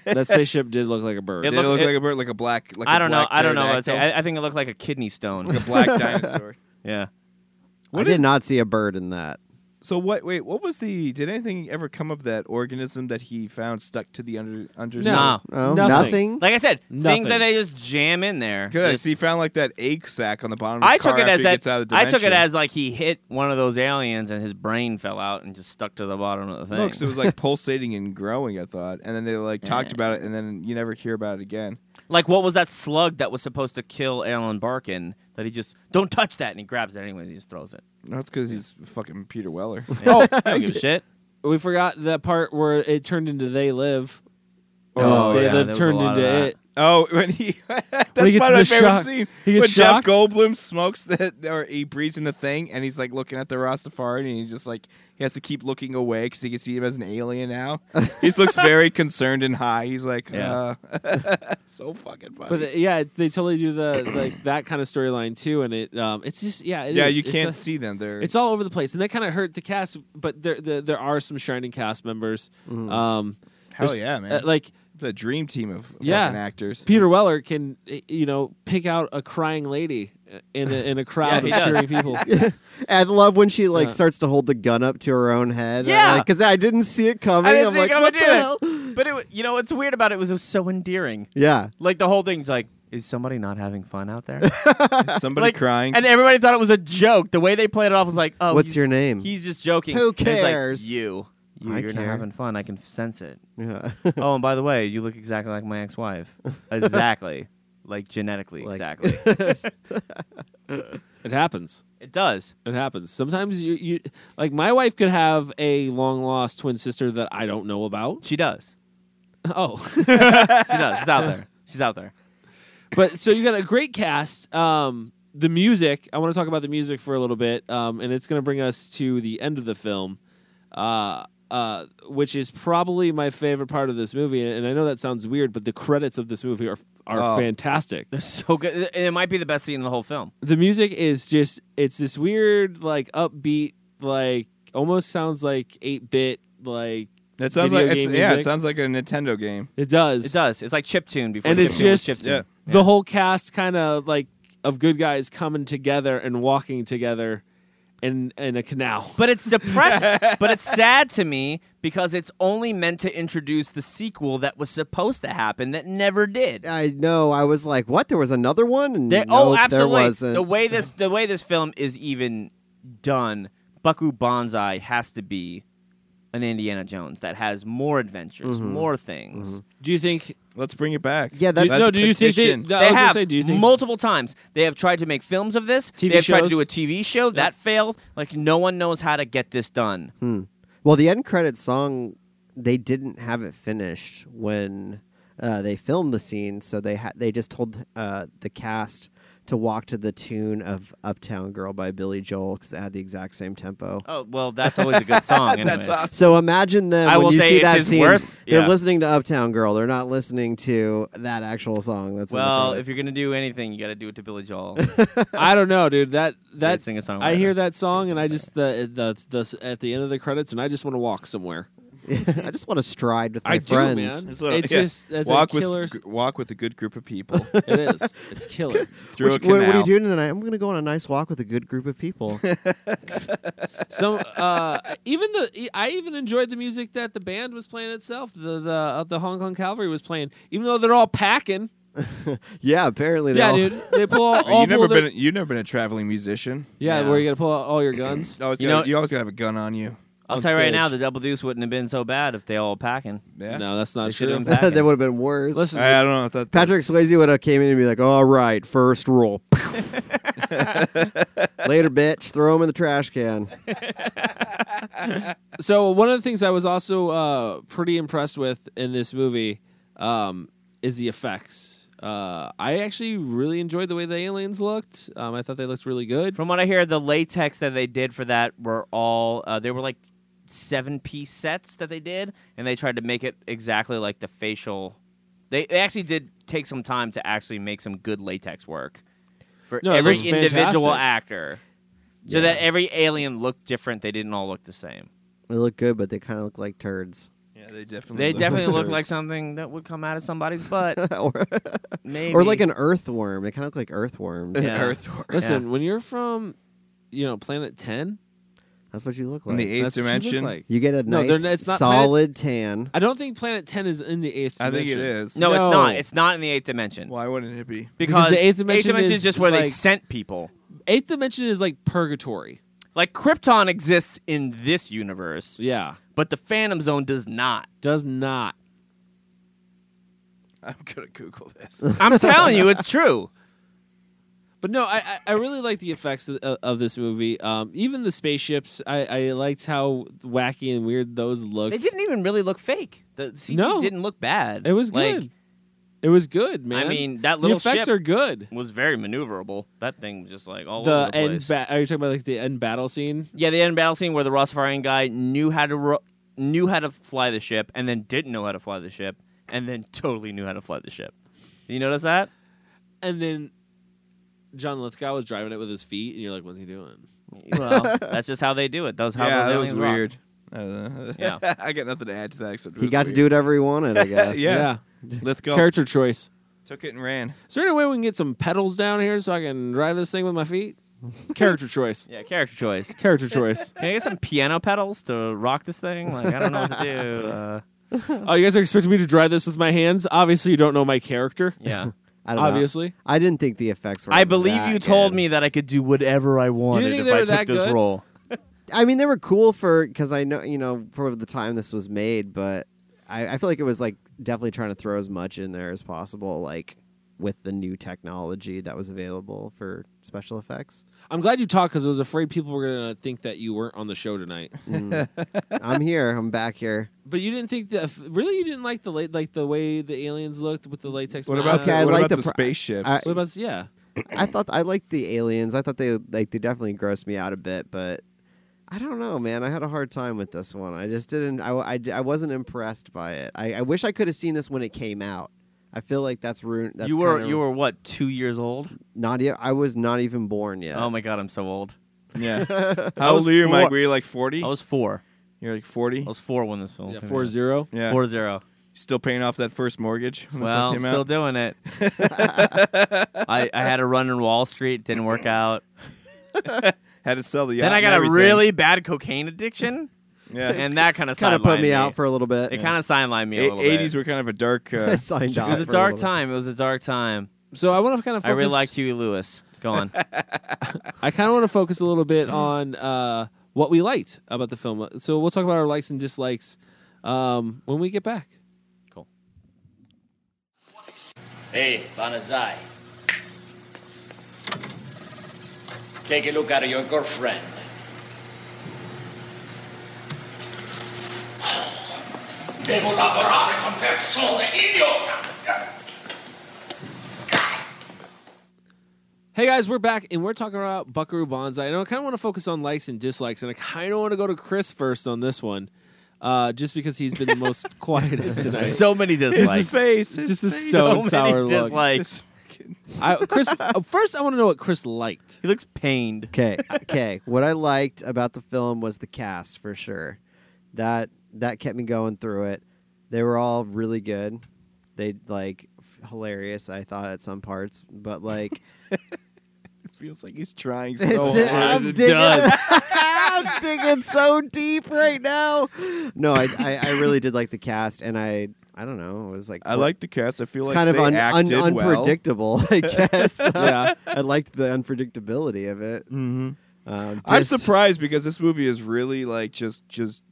Speaker 1: that spaceship did look like a bird.
Speaker 4: It Did it looked- look it- like
Speaker 3: a bird, like a black.
Speaker 4: I don't know. I don't know. What I'd say. I, I think it looked like a kidney stone,
Speaker 3: Like a black dinosaur.
Speaker 4: yeah.
Speaker 2: I did not see a bird in that.
Speaker 3: So what? Wait, what was the? Did anything ever come of that organism that he found stuck to the under under?
Speaker 4: No,
Speaker 2: No, nothing. nothing?
Speaker 4: Like I said,
Speaker 3: Nothing.
Speaker 4: things that they just jam in there.
Speaker 3: Good.
Speaker 4: Just-
Speaker 3: So he found like that egg sack on the bottom. of his
Speaker 4: I took
Speaker 3: car
Speaker 4: it
Speaker 3: after
Speaker 4: as
Speaker 3: he
Speaker 4: that.
Speaker 3: Gets out of the
Speaker 4: I took it
Speaker 3: dimension.
Speaker 4: as like he hit one of those aliens and his brain fell out and just stuck to the bottom of the thing.
Speaker 3: No, 'cause it was like pulsating and growing. I thought, and then they like talked about it, and then you never hear about it again.
Speaker 4: Like, what was that slug that was supposed to kill Alan Barkin that he just, don't touch that, and he grabs it anyway and he just throws it.
Speaker 3: No, it's because he's fucking Peter Weller.
Speaker 4: Oh, I don't give a shit.
Speaker 1: We forgot that part where it turned into They Live. Or
Speaker 3: Oh,
Speaker 1: They
Speaker 3: yeah, there
Speaker 1: Live
Speaker 3: was a
Speaker 1: turned
Speaker 3: lot of
Speaker 1: into
Speaker 3: that.
Speaker 1: It.
Speaker 3: Oh, when he that's
Speaker 1: When he gets
Speaker 3: one of my
Speaker 1: the
Speaker 3: favorite
Speaker 1: shock-
Speaker 3: scene.
Speaker 1: he gets
Speaker 3: when
Speaker 1: shocked.
Speaker 3: Jeff Goldblum smokes that or he breathes in the thing, and he's like looking at the Rastafari, and he just like he has to keep looking away because he can see him as an alien now. he just looks very concerned and high. He's like,
Speaker 1: Yeah.
Speaker 3: uh, so fucking funny.
Speaker 1: But uh, yeah, they totally do the like that kind of storyline too, and it um, it's just yeah, it
Speaker 3: Yeah,
Speaker 1: is.
Speaker 3: you
Speaker 1: It's
Speaker 3: can't
Speaker 1: a-
Speaker 3: see them. They're-
Speaker 1: it's all over the place, and that kind of hurt the cast. But there, there there are some shining cast members.
Speaker 3: Mhm.
Speaker 1: Um,
Speaker 3: Hell
Speaker 1: there's-
Speaker 3: yeah, man!
Speaker 1: uh, like
Speaker 3: the dream team of
Speaker 1: yeah,
Speaker 3: fucking actors.
Speaker 1: Peter Weller can uh, you know pick out a crying lady uh, in a, in a crowd
Speaker 4: he
Speaker 1: of
Speaker 4: does.
Speaker 1: cheering people.
Speaker 2: I love when she like
Speaker 1: Yeah.
Speaker 2: starts to hold the gun up to her own head.
Speaker 4: Yeah.
Speaker 2: because I didn't see it coming.
Speaker 4: I didn't
Speaker 2: am
Speaker 4: think
Speaker 2: like,
Speaker 4: I
Speaker 2: what
Speaker 4: would
Speaker 2: the
Speaker 4: do
Speaker 2: hell?
Speaker 4: it. But it, wa- you know what's weird about it was it was so endearing.
Speaker 2: Yeah.
Speaker 4: Like the whole thing's like, is somebody not having fun out there?
Speaker 3: Somebody
Speaker 4: Like,
Speaker 3: crying.
Speaker 4: And everybody thought it was a joke. The way they played it off was like, oh,
Speaker 2: What's
Speaker 4: he's-
Speaker 2: your name?
Speaker 4: He's just joking.
Speaker 2: Mm. Who
Speaker 4: And it's like,
Speaker 2: cares?
Speaker 4: you. You,
Speaker 2: I
Speaker 4: you're not
Speaker 2: care.
Speaker 4: having fun. I can f- sense it.
Speaker 2: Yeah.
Speaker 4: oh, and by the way, you look exactly like my ex-wife. Exactly. like genetically, exactly.
Speaker 1: It happens.
Speaker 4: It does.
Speaker 1: It happens. Sometimes you, you like my wife could have a long lost twin sister that I don't know about.
Speaker 4: She does.
Speaker 1: Oh.
Speaker 4: she does. She's out there. She's out there.
Speaker 1: but so you got a great cast. Um, the music. I want to talk about the music for a little bit, um, and it's going to bring us to the end of the film, uh, uh, which is probably my favorite part of this movie. And I know that sounds weird, but the credits of this movie are are
Speaker 4: Oh.
Speaker 1: fantastic.
Speaker 4: They're so good. And It might be the best scene in the whole film.
Speaker 1: The music is just it's this weird like upbeat like almost sounds like eight bit like
Speaker 3: That sounds
Speaker 1: video
Speaker 3: like it's,
Speaker 1: game
Speaker 3: yeah, it
Speaker 1: music.
Speaker 3: sounds like a Nintendo game.
Speaker 1: It does.
Speaker 4: It does. It's like chiptune before
Speaker 1: and it's
Speaker 4: chiptune was
Speaker 1: just
Speaker 4: chiptune.
Speaker 1: the whole cast kind of like of good guys coming together and walking together in in a canal.
Speaker 4: But it's depressing. but it's sad to me because it's only meant to introduce the sequel that was supposed to happen that never did.
Speaker 2: I know. I was like, what? There was another one? And
Speaker 4: There-
Speaker 2: nope,
Speaker 4: oh, absolutely.
Speaker 2: There wasn't.
Speaker 4: The way this the way this film is even done, Buckaroo Banzai has to be an Indiana Jones that has more adventures,
Speaker 1: Mhm.
Speaker 4: more things.
Speaker 1: Do you think?
Speaker 3: Let's bring it back.
Speaker 2: Yeah,
Speaker 1: that's- no, do you think they-
Speaker 3: petition.
Speaker 1: that- I
Speaker 4: they
Speaker 1: was gonna
Speaker 4: have
Speaker 1: say, do you think-
Speaker 4: multiple times they have tried to make films of this.
Speaker 1: TV
Speaker 4: they have tried to
Speaker 1: shows?
Speaker 4: do a TV show that failed. Like no one knows how to get this done.
Speaker 2: Hmm. Well, the end credit song, they didn't have it finished when uh, they filmed the scene, so they ha- they just told uh, the cast to walk to the tune of "Uptown Girl" by Billy Joel because it had the exact same tempo.
Speaker 4: Oh well, that's always a good song.
Speaker 3: That's
Speaker 4: anyways.
Speaker 3: awesome.
Speaker 2: So imagine them
Speaker 4: I
Speaker 2: when
Speaker 4: will
Speaker 2: you
Speaker 4: say
Speaker 2: see
Speaker 4: it's
Speaker 2: that
Speaker 4: his
Speaker 2: scene.
Speaker 4: worst-
Speaker 2: They're
Speaker 4: yeah.
Speaker 2: listening to "Uptown Girl." They're not listening to that actual song. That's in the
Speaker 4: Well,
Speaker 2: credits.
Speaker 4: if you're gonna do anything, you gotta do it to Billy Joel.
Speaker 1: I don't know, dude. That that
Speaker 4: sing a song
Speaker 1: I
Speaker 4: later.
Speaker 1: hear that song and I just the, the the at the end of the credits and I just want to walk somewhere.
Speaker 2: I just want to stride with my
Speaker 1: I do, man.
Speaker 2: friends.
Speaker 1: It's little- It's yeah. just- that's a
Speaker 3: walk
Speaker 1: killer-
Speaker 3: with gr- walk with a good group of people.
Speaker 1: It is. It's killer.
Speaker 3: Through a
Speaker 2: Which- what, what are
Speaker 3: canal.
Speaker 2: you doing tonight? I'm going to go on a nice walk with a good group of people.
Speaker 1: Some uh, even the I even enjoyed the music that the band was playing itself. The the uh, the Hong Kong Cavalry was playing, even though they're all packing.
Speaker 2: yeah, apparently. they
Speaker 1: Yeah,
Speaker 2: all-
Speaker 1: dude. They pull all. all
Speaker 3: you've never
Speaker 1: pull their-
Speaker 3: been you've never been a traveling musician.
Speaker 1: Yeah,
Speaker 4: Yeah.
Speaker 1: where you gotta pull out all your guns.
Speaker 3: Always
Speaker 4: You
Speaker 3: gotta-
Speaker 4: know-
Speaker 3: you always gotta have a gun on you.
Speaker 4: I'll
Speaker 1: on
Speaker 4: tell you right
Speaker 1: stage.
Speaker 4: now, the double deuce wouldn't have been so bad if they all packing.
Speaker 3: Yeah.
Speaker 1: No, that's
Speaker 4: They
Speaker 1: not
Speaker 4: should
Speaker 1: true.
Speaker 4: have been packing.
Speaker 2: that would have been worse.
Speaker 1: Listen,
Speaker 3: I, I don't know. if that-
Speaker 2: Patrick Swayze would have came in and be like, "All right, first rule. Later, bitch. Throw him in the trash can."
Speaker 1: so one of the things I was also uh, pretty impressed with in this movie um, is the effects. Uh, I actually really enjoyed the way the aliens looked. Um, I thought they looked really good.
Speaker 4: From what I hear, the latex that they did for that were all uh, they were like seven piece sets that they did, and they tried to make it exactly like the facial. They, they actually did take some time to actually make some good latex work for
Speaker 1: No, it
Speaker 4: every
Speaker 1: looks
Speaker 4: individual
Speaker 1: fantastic.
Speaker 4: actor, so that every alien looked different. They didn't all look the same.
Speaker 2: They look good, but they kind of look like turds.
Speaker 3: Yeah, they definitely.
Speaker 4: They
Speaker 3: look
Speaker 4: definitely looked
Speaker 3: turds.
Speaker 4: like something that would come out of somebody's butt,
Speaker 2: or,
Speaker 4: maybe
Speaker 2: or like an earthworm. They kind of look like earthworms.
Speaker 4: Yeah.
Speaker 3: earthworm.
Speaker 1: Listen, when you're from, you know, Planet Ten,
Speaker 2: That's what you look
Speaker 3: In
Speaker 2: like.
Speaker 3: the eighth
Speaker 1: that's what you look
Speaker 3: dimension.
Speaker 1: like.
Speaker 2: you get a
Speaker 1: No,
Speaker 2: nice,
Speaker 1: they're n- it's not
Speaker 2: solid tan.
Speaker 1: I don't think Planet Ten is in the eighth.
Speaker 3: I think it
Speaker 1: dimension.
Speaker 3: is.
Speaker 4: no,
Speaker 1: No.
Speaker 4: it's not. It's not in the eighth dimension
Speaker 3: Why wouldn't it be?
Speaker 4: because,
Speaker 1: the eighth dimension
Speaker 4: is,
Speaker 1: is
Speaker 4: just where they
Speaker 1: like-
Speaker 4: sent people.
Speaker 1: Eighth dimension is like purgatory.
Speaker 4: Like Krypton exists in this universe,
Speaker 1: Yeah,
Speaker 4: but the Phantom Zone does not.
Speaker 1: does not.
Speaker 3: I'm gonna Google this.
Speaker 4: I'm telling you, it's true.
Speaker 1: But no, I I- I really like the effects of, of this movie. Um, even the spaceships, I, I liked how wacky and weird those looked.
Speaker 4: They didn't even really look fake. The CG
Speaker 1: No.
Speaker 4: didn't look bad.
Speaker 1: It was
Speaker 4: Like,
Speaker 1: good. it was good, man.
Speaker 4: I mean, that little
Speaker 1: the effects
Speaker 4: ship
Speaker 1: are good.
Speaker 4: was very maneuverable. That thing was just like all
Speaker 1: The
Speaker 4: over the
Speaker 1: end.
Speaker 4: place.
Speaker 1: Ba- are you talking about like the end battle scene?
Speaker 4: yeah, the end battle scene where the Rastafarian guy knew how to ro- knew how to fly the ship, and then didn't know how to fly the ship, and then totally knew how to fly the ship. You notice that?
Speaker 1: And then John Lithgow was driving it with his feet, and you're like, "What's he doing?"
Speaker 4: Well, that's just how they do it. That's how
Speaker 3: yeah,
Speaker 4: those
Speaker 3: that was
Speaker 4: aliens rock.
Speaker 3: weird. I don't know.
Speaker 4: Yeah.
Speaker 3: I got nothing to add to that except it
Speaker 2: He
Speaker 3: was
Speaker 2: got to
Speaker 3: weird.
Speaker 2: do whatever he wanted, I guess.
Speaker 3: yeah. Lithgow
Speaker 1: Character choice.
Speaker 3: took it and ran.
Speaker 1: Is there any way we can get some pedals down here so I can drive this thing with my feet? Character choice.
Speaker 4: Yeah, character choice.
Speaker 1: Character choice.
Speaker 4: Can I get some piano pedals to rock this thing? Like I don't know what to do. Uh,
Speaker 1: Oh, you guys are expecting me to drive this with my hands? Obviously, you don't know my character.
Speaker 4: yeah.
Speaker 2: I don't know.
Speaker 1: Obviously.
Speaker 2: I didn't think the effects were.
Speaker 4: I believe
Speaker 2: that
Speaker 4: you told
Speaker 2: good.
Speaker 4: me that I could do whatever I wanted
Speaker 1: think
Speaker 4: if
Speaker 1: they
Speaker 4: I
Speaker 1: were
Speaker 4: took
Speaker 1: that
Speaker 4: this
Speaker 1: good?
Speaker 4: role.
Speaker 2: I mean, they were cool for because I know you know for the time this was made, but I, I feel like it was like definitely trying to throw as much in there as possible, like with the new technology that was available for special effects.
Speaker 1: I'm glad you talked because I was afraid people were going to think that you weren't on the show tonight.
Speaker 2: I'm here. I'm back here.
Speaker 1: But you didn't think that really you didn't like the late like the way the aliens looked with the latex.
Speaker 3: What
Speaker 1: masks?
Speaker 3: about
Speaker 2: Okay, I
Speaker 3: the, what
Speaker 2: like
Speaker 3: about
Speaker 2: the
Speaker 3: the,
Speaker 2: pr-
Speaker 3: spaceships?
Speaker 2: I-
Speaker 1: What about yeah?
Speaker 2: I thought I liked the aliens. I thought they like they definitely grossed me out a bit, but I don't know, man. I had a hard time with this one. I just didn't. I I, I wasn't impressed by it. I, I wish I could have seen this when it came out. I feel like that's ruined. That's
Speaker 4: you were
Speaker 2: kinda
Speaker 4: you were what two years old?
Speaker 2: not yet. I was not even born yet.
Speaker 4: Oh my god, I'm so old.
Speaker 3: yeah.
Speaker 4: I
Speaker 3: How old
Speaker 4: was
Speaker 3: were you,
Speaker 4: four-
Speaker 3: Mike? Were you like 40?
Speaker 4: I was four.
Speaker 3: You're like 40?
Speaker 4: I was four when this film.
Speaker 1: Yeah,
Speaker 4: came
Speaker 1: four
Speaker 4: out.
Speaker 1: zero.
Speaker 3: Yeah.
Speaker 4: Four zero.
Speaker 3: Still paying off that first mortgage when this
Speaker 4: Well,
Speaker 3: one came
Speaker 4: still
Speaker 3: out?
Speaker 4: doing it. I, I had a run in Wall Street, didn't work out.
Speaker 3: Had to sell the yacht
Speaker 4: then I
Speaker 3: and
Speaker 4: got a
Speaker 3: everything.
Speaker 4: really bad cocaine addiction,
Speaker 3: Yeah.
Speaker 4: and that kind of
Speaker 2: kind of put me, out for a little bit.
Speaker 4: It kind of sidelined me a
Speaker 3: A-
Speaker 4: little bit.
Speaker 3: 80s were kind of a dark.
Speaker 2: I
Speaker 3: Uh,
Speaker 2: signed
Speaker 4: It
Speaker 2: off
Speaker 4: was a
Speaker 2: for
Speaker 4: dark
Speaker 2: little bit.
Speaker 4: time. It was a dark time.
Speaker 1: So I want to kind of
Speaker 4: I
Speaker 1: focus.
Speaker 4: really liked Huey Lewis. Go on.
Speaker 1: I kind of want to focus a little bit on uh, what we liked about the film. So we'll talk about our likes and dislikes um, when we get back.
Speaker 8: Hey, Banazai. Take a look at your girlfriend. Devo lavorare con persone idiota!
Speaker 1: Hey guys, we're back and we're talking about Buckaroo Banzai. And I kind of want to focus on likes and dislikes, and I kind of want to go to Chris first on this one, uh, just because he's been the most quietest tonight.
Speaker 4: so many
Speaker 3: just
Speaker 4: dislikes.
Speaker 3: his face. his
Speaker 1: Just a
Speaker 3: face.
Speaker 4: so
Speaker 1: stone
Speaker 4: many
Speaker 1: sour look.
Speaker 4: dislikes.
Speaker 1: I, Chris, uh, first I want to know what Chris liked.
Speaker 4: He looks pained.
Speaker 2: Okay, okay. What I liked about the film was the cast for sure. That that kept me going through it. They were all really good. They like f- hilarious. I thought at some parts, but like
Speaker 3: feels like he's trying
Speaker 2: it's,
Speaker 3: so hard.
Speaker 2: I'm digging, I'm digging so deep right now. No, I, I I really did like the cast, and I I don't know. It was like
Speaker 3: I like the cast. I feel
Speaker 2: It's
Speaker 3: like
Speaker 2: kind of
Speaker 3: they
Speaker 2: un, un,
Speaker 3: acted
Speaker 2: unpredictable, I guess.
Speaker 1: Yeah.
Speaker 2: I liked the unpredictability of it.
Speaker 3: Well. Mm-hmm.
Speaker 2: Um,
Speaker 3: I'm
Speaker 2: dis-
Speaker 3: surprised because this movie is really like just just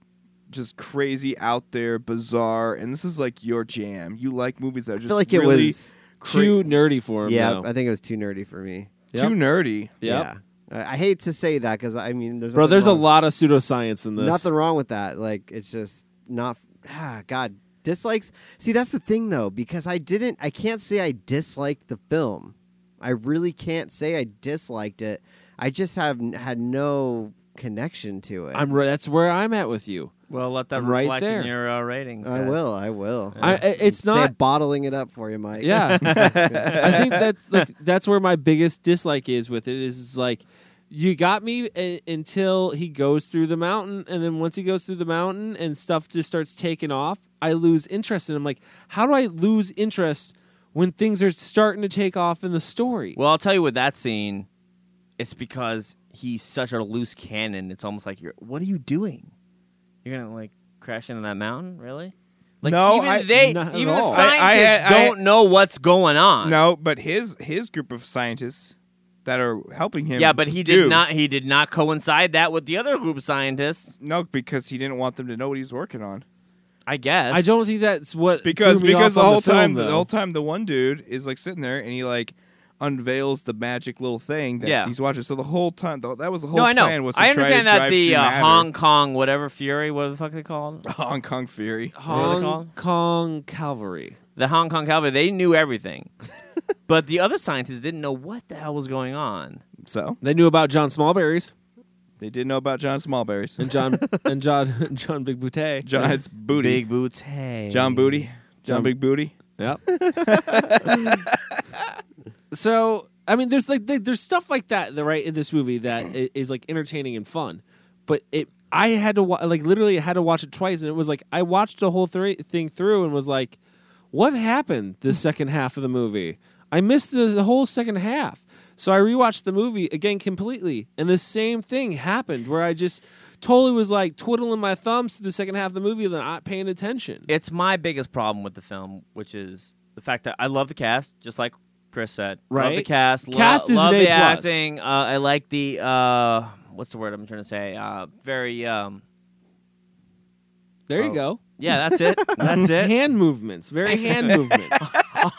Speaker 3: just crazy out there, bizarre, and this is like your jam. You like movies that are
Speaker 2: I
Speaker 3: just
Speaker 2: feel like it
Speaker 3: really
Speaker 2: was.
Speaker 3: cra-
Speaker 1: Too nerdy for him.
Speaker 2: Yeah,
Speaker 1: though.
Speaker 2: I think it was too nerdy for me.
Speaker 1: Yep.
Speaker 3: too nerdy.
Speaker 1: Yep.
Speaker 2: Yeah, I I hate to say that because I mean, there's
Speaker 1: Bro,
Speaker 2: nothing
Speaker 1: there's a
Speaker 2: wrong-
Speaker 1: lot of pseudoscience in this.
Speaker 2: Nothing wrong with that. Like it's just not. Ah, God, dislikes. See, that's the thing though, because I didn't. I can't say I disliked the film. I really can't say I disliked it. I just have had no connection to it.
Speaker 1: I'm right. That's where I'm at with you.
Speaker 4: Well, let that
Speaker 1: I'm right
Speaker 4: reflect
Speaker 1: there.
Speaker 4: in your uh, ratings.
Speaker 2: I
Speaker 4: guys.
Speaker 2: will. I will.
Speaker 1: I, I- it's
Speaker 2: Say
Speaker 1: not.
Speaker 2: bottling it up for you, Mike.
Speaker 1: Yeah, I think that's like, that's where my biggest dislike is with it. Is it's like you got me a- until he goes through the mountain, and then once he goes through the mountain and stuff just starts taking off, I lose interest, and I'm like, how do I lose interest when things are starting to take off in the story?
Speaker 4: Well, I'll tell you with that scene, it's because he's such a loose cannon. It's almost like you're. What are you doing? You're gonna like crash into that mountain, really? Like
Speaker 3: No,
Speaker 4: even
Speaker 3: I-
Speaker 4: they,
Speaker 1: not at
Speaker 4: even the
Speaker 1: all.
Speaker 3: I- I
Speaker 4: scientists
Speaker 3: had- I-
Speaker 4: don't know what's going on.
Speaker 3: No, but his his group of scientists that are helping him.
Speaker 4: Yeah, but he did
Speaker 3: do-
Speaker 4: not. He did not coincide that with the other group of scientists.
Speaker 3: No, because he didn't want them to know what he's working on.
Speaker 4: I guess.
Speaker 1: I don't think that's what
Speaker 3: because
Speaker 1: threw me
Speaker 3: because
Speaker 1: off
Speaker 3: the
Speaker 1: on
Speaker 3: whole
Speaker 1: film,
Speaker 3: time the
Speaker 1: though.
Speaker 3: whole time the one dude is like sitting there and he like unveils the magic little thing that
Speaker 4: Yeah.
Speaker 3: he's watching. So the whole time the, that was the whole
Speaker 4: No, I know.
Speaker 3: plan was to
Speaker 4: I
Speaker 3: try
Speaker 4: understand
Speaker 3: to
Speaker 4: that
Speaker 3: drive
Speaker 4: the
Speaker 3: through
Speaker 4: uh,
Speaker 3: matter.
Speaker 4: Hong Kong, whatever Fury, what the fuck they called?
Speaker 3: Hong Kong Fury.
Speaker 1: Hong Kong Calvary.
Speaker 4: The Hong Kong Cavalry, they knew everything. but the other scientists didn't know what the hell was going on.
Speaker 3: So
Speaker 1: They knew about John Smallberries
Speaker 3: they did know about John Smallberries
Speaker 1: and John and John John Big Boutte.
Speaker 3: John's booty.
Speaker 4: Big boots, hey.
Speaker 3: John Booty. John,
Speaker 1: John-
Speaker 3: Big Booty.
Speaker 1: Yep. so I mean, there's like there- there's stuff like that that- right in this movie that i- is like entertaining and fun, but it I had to wa- like literally had to watch it twice, and it was like I watched the whole thr- thing through and was like, what happened the second half of the movie? I missed the, the whole second half. So I rewatched the movie again completely, and the same thing happened where I just totally was like twiddling my thumbs through the second half of the movie, then not paying attention.
Speaker 4: It's my biggest problem with the film, which is the fact that I love the cast, just like Chris said. Love the
Speaker 1: Right.
Speaker 4: cast. lo-
Speaker 1: Cast is an
Speaker 4: love
Speaker 1: A
Speaker 4: the
Speaker 1: plus.
Speaker 4: acting. Uh, I like the uh, what's the word I'm trying to say? Uh, very um,
Speaker 1: There you
Speaker 4: Oh.
Speaker 1: go.
Speaker 4: yeah, that's it. That's it.
Speaker 1: Hand movements, very hand movements.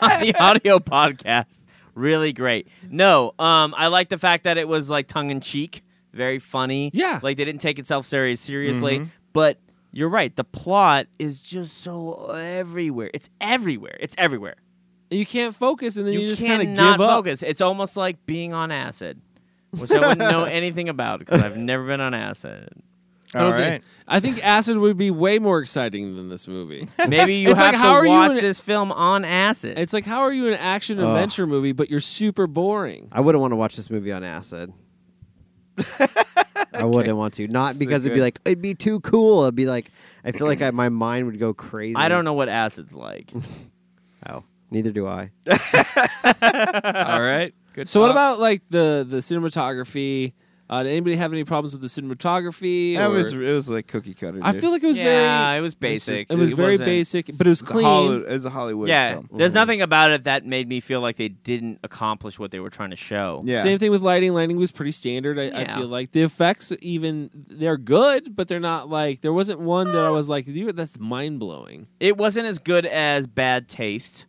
Speaker 4: the audio podcast. Really great. No, um, I like the fact that it was like tongue in cheek, very funny.
Speaker 1: Yeah. Mm-hmm.
Speaker 4: like they didn't take itself serious seriously. But you're right. The plot is just so everywhere. It's everywhere. It's everywhere.
Speaker 1: You can't focus, and then you, just kind of
Speaker 4: cannot
Speaker 1: give up.
Speaker 4: focus. It's almost like being on acid, which I wouldn't know anything about because I've never been on acid.
Speaker 1: I
Speaker 3: All
Speaker 1: don't
Speaker 3: right.
Speaker 1: think- I think acid would be way more exciting than this movie.
Speaker 4: Maybe you
Speaker 1: It's
Speaker 4: have
Speaker 1: like, how
Speaker 4: to
Speaker 1: are you
Speaker 4: watch
Speaker 1: an-
Speaker 4: this film on acid.
Speaker 1: it's like, how are you an action adventure movie, but you're super boring?
Speaker 2: I wouldn't want to watch this movie on acid. I wouldn't want to. Not because it'd be
Speaker 3: good.
Speaker 2: like it'd be too cool. It'd be like I feel like I, my mind would go crazy.
Speaker 4: I don't know what acid's like.
Speaker 2: Oh, neither do I.
Speaker 3: All right. Good.
Speaker 1: So, what
Speaker 3: talk.
Speaker 1: about like the the cinematography? Uh, did anybody have any problems with the cinematography?
Speaker 3: That
Speaker 1: or-
Speaker 3: was it was like cookie cutter.
Speaker 1: I
Speaker 3: dude.
Speaker 1: feel like it was
Speaker 4: yeah,
Speaker 1: very.
Speaker 4: it was basic.
Speaker 1: It was
Speaker 4: It
Speaker 1: very
Speaker 4: wasn't-
Speaker 1: basic, but it was
Speaker 3: It's a
Speaker 1: clean.
Speaker 3: Hollywood- it was a Hollywood
Speaker 4: Yeah,
Speaker 3: film.
Speaker 4: there's nothing about it that made me feel like they didn't accomplish what they were trying to show.
Speaker 3: Yeah.
Speaker 1: Same thing with lighting. Lighting was pretty standard. I, I
Speaker 4: Yeah.
Speaker 1: feel like the effects, even they're good, but they're not like there wasn't one that I was like, "Dude, that's mind blowing."
Speaker 4: It wasn't as good as Bad Taste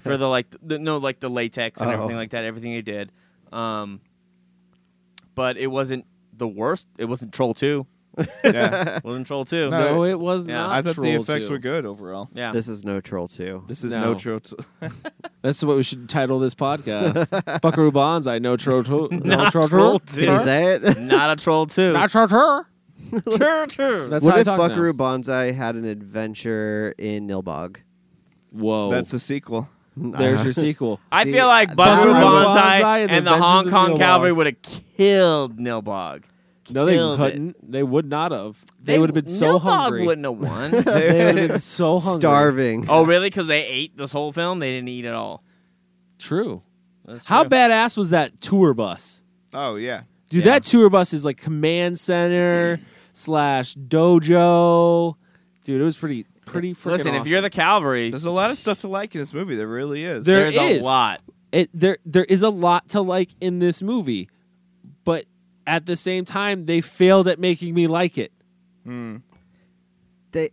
Speaker 4: for the like the, no like the latex and
Speaker 2: Uh-oh.
Speaker 4: everything like that. Everything they did, um, but it wasn't the worst. It wasn't Troll Two.
Speaker 3: Yeah.
Speaker 4: wasn't Troll Two.
Speaker 3: No,
Speaker 1: No, it was
Speaker 4: yeah.
Speaker 1: not.
Speaker 3: I thought the
Speaker 1: Troll
Speaker 3: effects
Speaker 1: 2.
Speaker 3: were good overall.
Speaker 4: Yeah.
Speaker 2: This is no troll too.
Speaker 3: This is
Speaker 1: No.
Speaker 3: no, tro-
Speaker 1: That's what we should title this podcast. Buckaroo Bonds, I know tro tro no
Speaker 4: Not
Speaker 1: tro tro.
Speaker 4: Troll
Speaker 2: Did he say it?
Speaker 4: not a Troll Two.
Speaker 1: Not tro tro.
Speaker 4: That's
Speaker 1: That's
Speaker 2: what
Speaker 1: how
Speaker 2: if
Speaker 1: I talk
Speaker 2: Buckaroo Banzai had an adventure in Nilbog?
Speaker 1: Now.
Speaker 4: Oh.
Speaker 1: Whoa.
Speaker 3: That's the sequel.
Speaker 1: There's your sequel.
Speaker 4: I
Speaker 2: See,
Speaker 4: feel like
Speaker 2: that
Speaker 4: Buckaroo
Speaker 2: I would-
Speaker 4: Banzai
Speaker 1: and
Speaker 4: and,
Speaker 1: the
Speaker 4: the
Speaker 1: Vengeance
Speaker 4: Hong
Speaker 1: of
Speaker 4: Kong
Speaker 1: Nilbog.
Speaker 4: Cavalry would have killed Nilbog.
Speaker 1: No, they
Speaker 4: Killed it.
Speaker 1: couldn't. They would not have. They, would have been so
Speaker 4: Nilbog
Speaker 1: hungry.
Speaker 4: wouldn't have won.
Speaker 1: They would have been so hungry.
Speaker 2: Starving.
Speaker 4: Oh, really? Because they ate this whole film? They didn't eat at all.
Speaker 1: True.
Speaker 4: That's
Speaker 1: How
Speaker 4: true.
Speaker 1: badass was that tour bus?
Speaker 3: Oh yeah.
Speaker 1: Dude, that tour bus is like command center slash dojo. Dude, it was pretty pretty freaking
Speaker 4: Listen, if
Speaker 1: awesome.
Speaker 4: you're the Calvary,
Speaker 3: There's a lot of stuff to like in this movie. There really is.
Speaker 1: There
Speaker 4: there's a
Speaker 1: is.
Speaker 4: lot.
Speaker 1: it there there is a lot to like in this movie, but at the same time they failed at making me like it.
Speaker 2: They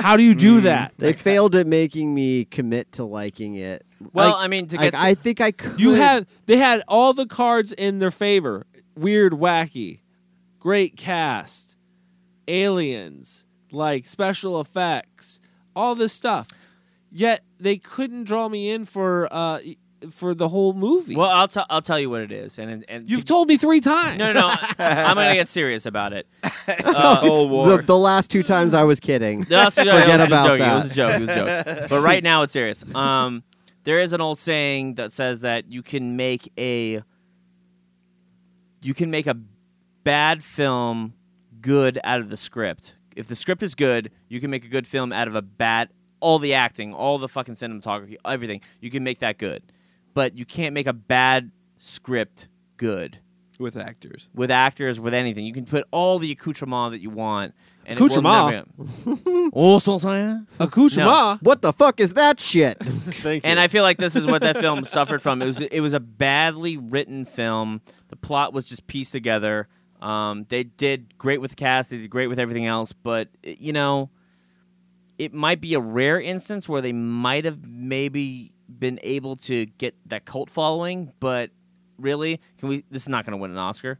Speaker 1: How do you do
Speaker 4: Mm.
Speaker 1: that?
Speaker 2: they failed at making me commit to liking it.
Speaker 4: Well,
Speaker 1: Like,
Speaker 4: I mean, to
Speaker 2: Like,
Speaker 4: get
Speaker 2: I think I could.
Speaker 1: You had they had all the cards in their favor. Weird, wacky, great cast, aliens, like special effects, all this stuff. Yet they couldn't draw me in for uh for the whole movie.
Speaker 4: well, I'll tell I'll tell you what it is, and and
Speaker 1: You've told me three times.
Speaker 4: no, no, no. I'm gonna get serious about it.
Speaker 3: whole
Speaker 2: the, the last two times I was kidding.
Speaker 4: No, that's- that
Speaker 2: Forget
Speaker 4: was
Speaker 2: about
Speaker 4: a joke.
Speaker 2: that.
Speaker 4: It was a joke. It was a joke. but right now it's serious. Um, there is an old saying that says that you can make a you can make a bad film good out of the script. If the script is good, you can make a good film out of a bad all the acting, all the fucking cinematography, everything. You can make that good. But you can't make a bad script good
Speaker 3: with actors.
Speaker 4: with actors, with anything. You can put all the accoutrement that you want. And
Speaker 1: Accoutrement?
Speaker 4: oh, so saying.
Speaker 1: Accoutrement.
Speaker 2: What the fuck is that shit?
Speaker 1: Thank you.
Speaker 4: And I feel like this is what that film suffered from. It was it was a badly written film. The plot was just pieced together. Um, they did great with the cast. They did great with everything else, but you know, it might be a rare instance where they might have maybe been able to get that cult following, but really, can we? This is not going to win an Oscar.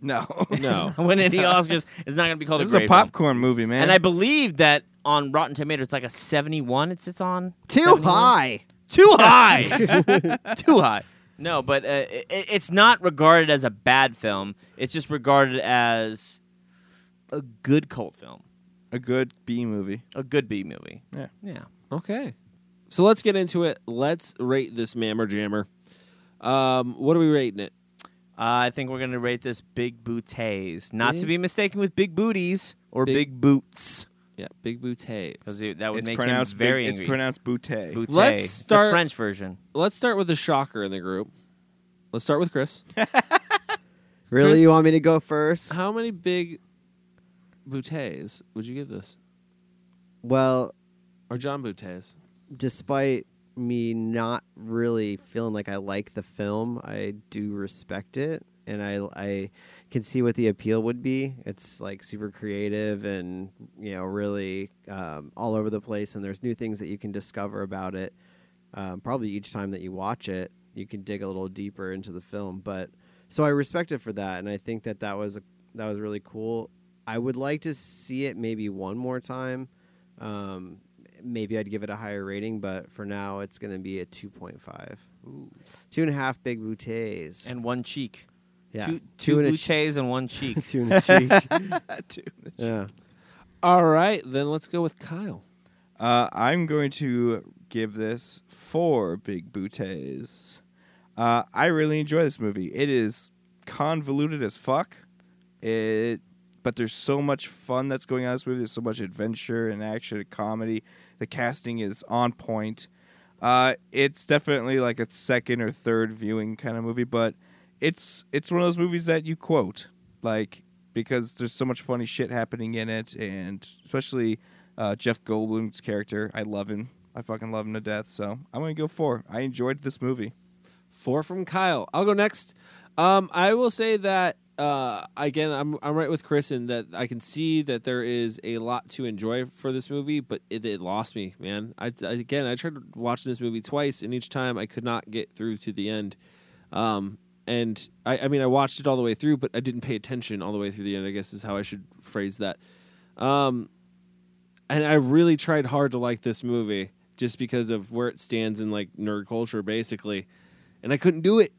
Speaker 3: No,
Speaker 4: no, win any Oscars. It's not going to be called
Speaker 3: This
Speaker 4: a
Speaker 3: is a
Speaker 4: great film.
Speaker 3: popcorn movie, man.
Speaker 4: And I believe that on Rotten Tomatoes, it's like a 71 it sits on.
Speaker 2: Too
Speaker 4: 71?
Speaker 2: high.
Speaker 4: Too high. Too high. No, but uh, i i- it's not regarded as a bad film. It's just regarded as a good cult film.
Speaker 3: a good B movie.
Speaker 4: A good B movie.
Speaker 3: Yeah.
Speaker 4: Yeah.
Speaker 1: Okay. So let's get into it. Let's rate this Mammer Jammer. Um, what are we rating it?
Speaker 4: Uh, I think we're going to rate this Big Booties. Not to
Speaker 1: Big-
Speaker 4: be mistaken with Big Booties or Big, Boots.
Speaker 1: Yeah, Big Booties.
Speaker 4: 'Cause it- that would
Speaker 3: It's
Speaker 4: make him
Speaker 3: pronounced
Speaker 4: very
Speaker 3: big- it's
Speaker 4: angry.
Speaker 3: pronounced bootay.
Speaker 4: Bootay.
Speaker 1: Let's
Speaker 4: It's the
Speaker 1: start-
Speaker 4: French version.
Speaker 1: Let's start with the shocker in the group. Let's start with Chris.
Speaker 2: Really,
Speaker 1: Chris-
Speaker 2: you want me to go first?
Speaker 1: How many big bouteilles would you give this?
Speaker 2: Well,
Speaker 1: Or John Bouteilles?
Speaker 2: despite me not really feeling like I like the film, I do respect it, and I I can see what the appeal would be. It's like super creative and you know really um, all over the place, and there's new things that you can discover about it. Um, probably each time that you watch it, you can dig a little deeper into the film. But so I respect it for that, and I think that that was a, that was really cool. I would like to see it maybe one more time. Um, maybe I'd give it a higher rating, but for now it's going to be a 2.5. Two and a half big bouteilles.
Speaker 4: And one cheek.
Speaker 2: Yeah.
Speaker 4: Two,
Speaker 2: Two
Speaker 4: two,
Speaker 2: and a
Speaker 4: bouches and one cheek.
Speaker 2: Two and a cheek. yeah.
Speaker 1: All right, then let's go with Kyle.
Speaker 3: Uh, I'm going to give this four big booties. Uh, I really enjoy this movie. It is convoluted as fuck. It, but there's so much fun that's going on in this movie. There's so much adventure and action and comedy. The casting is on point. Uh, it's definitely like a second or third viewing kind of movie, but it's it's one of those movies that you quote like because there's so much funny shit happening in it, and especially uh, Jeff Goldblum's character. I love him. I fucking love him to death. So I'm gonna go four. I enjoyed this movie.
Speaker 1: Four from Kyle. I'll go next. Um, I will say that uh, again, I'm I'm right with Chris in that I can see that there is a lot to enjoy for this movie, but it, it lost me, man. I, I- again, I tried watching this movie twice, and each time I could not get through to the end. Um, and I, I mean, I watched it all the way through, but I didn't pay attention all the way through the end. I guess is how I should phrase that. Um, and I really tried hard to like this movie just because of where it stands in like nerd culture, basically. And I couldn't do it.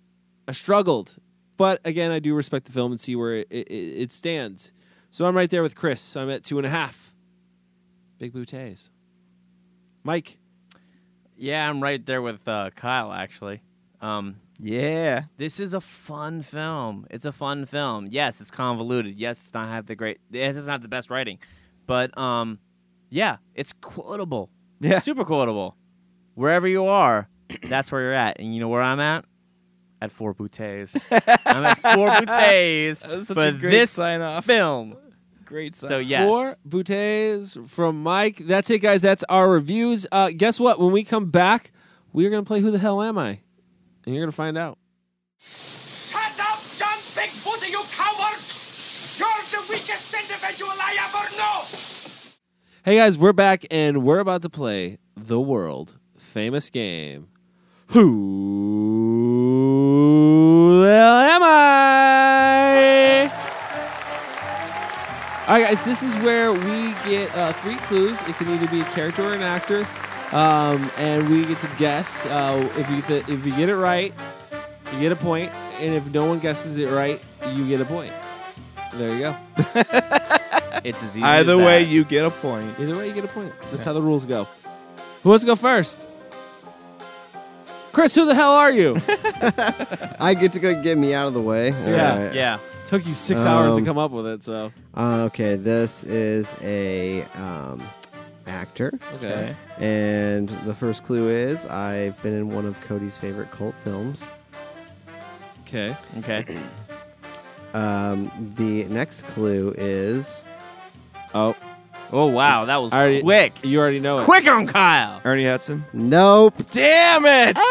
Speaker 1: I struggled, but again, I do respect the film and see where it, it, it stands. So I'm right there with Chris. I'm at two and a half. Big bouteilles. Mike,
Speaker 4: Yeah, I'm right there with uh, Kyle actually. Um,
Speaker 3: Yeah.
Speaker 4: this is a fun film. It's a fun film. Yes, it's convoluted. Yes, it's not have the great. It doesn't have the best writing, but um, yeah, it's quotable.
Speaker 3: Yeah.
Speaker 4: super quotable. Wherever you are, that's where you're at. And you know where I'm at? At four bouteilles. I'm at four bouteilles
Speaker 3: That was such
Speaker 4: for
Speaker 3: a great
Speaker 4: this
Speaker 3: sign off.
Speaker 4: film.
Speaker 3: Great. Sign
Speaker 4: So yes,
Speaker 1: four bouteilles from Mike. That's it, guys. That's our reviews. Uh, guess what? When we come back, we're going to play Who the Hell Am I? And you're going to find out.
Speaker 7: Shut up, John Big Buddha, you coward! You're the weakest individual I ever know!
Speaker 1: Hey guys, we're back and we're about to play the world famous game. Who the hell am I? All right, guys, this is where we get uh, three clues. It can either be a character or an actor, um, and we get to guess. Uh, if you get the, if you get it right, you get a point, and if no one guesses it right, you get a point. There you go.
Speaker 4: it's as easy
Speaker 3: Either
Speaker 4: as
Speaker 3: way,
Speaker 4: that.
Speaker 3: you get a point.
Speaker 1: Either way, you get a point. That's how the rules go. Who wants to go first? Chris, who the hell are you?
Speaker 2: I get to go get me out of the way. All
Speaker 1: Yeah.
Speaker 2: right.
Speaker 4: yeah.
Speaker 1: Took you six hours to
Speaker 2: Um,
Speaker 1: come up with it, so
Speaker 2: Uh, okay, this is a um, actor.
Speaker 1: okay.
Speaker 2: And the first clue is I've been in one of Cody's favorite cult films.
Speaker 1: Okay.
Speaker 4: Okay.
Speaker 2: Um, the next clue is
Speaker 1: Oh,
Speaker 4: Oh wow, that was
Speaker 1: I already-
Speaker 4: quick.
Speaker 1: you already know it.
Speaker 4: Quick on Kyle.
Speaker 3: Ernie Hudson.
Speaker 2: nope.
Speaker 3: Damn it!
Speaker 1: Ah!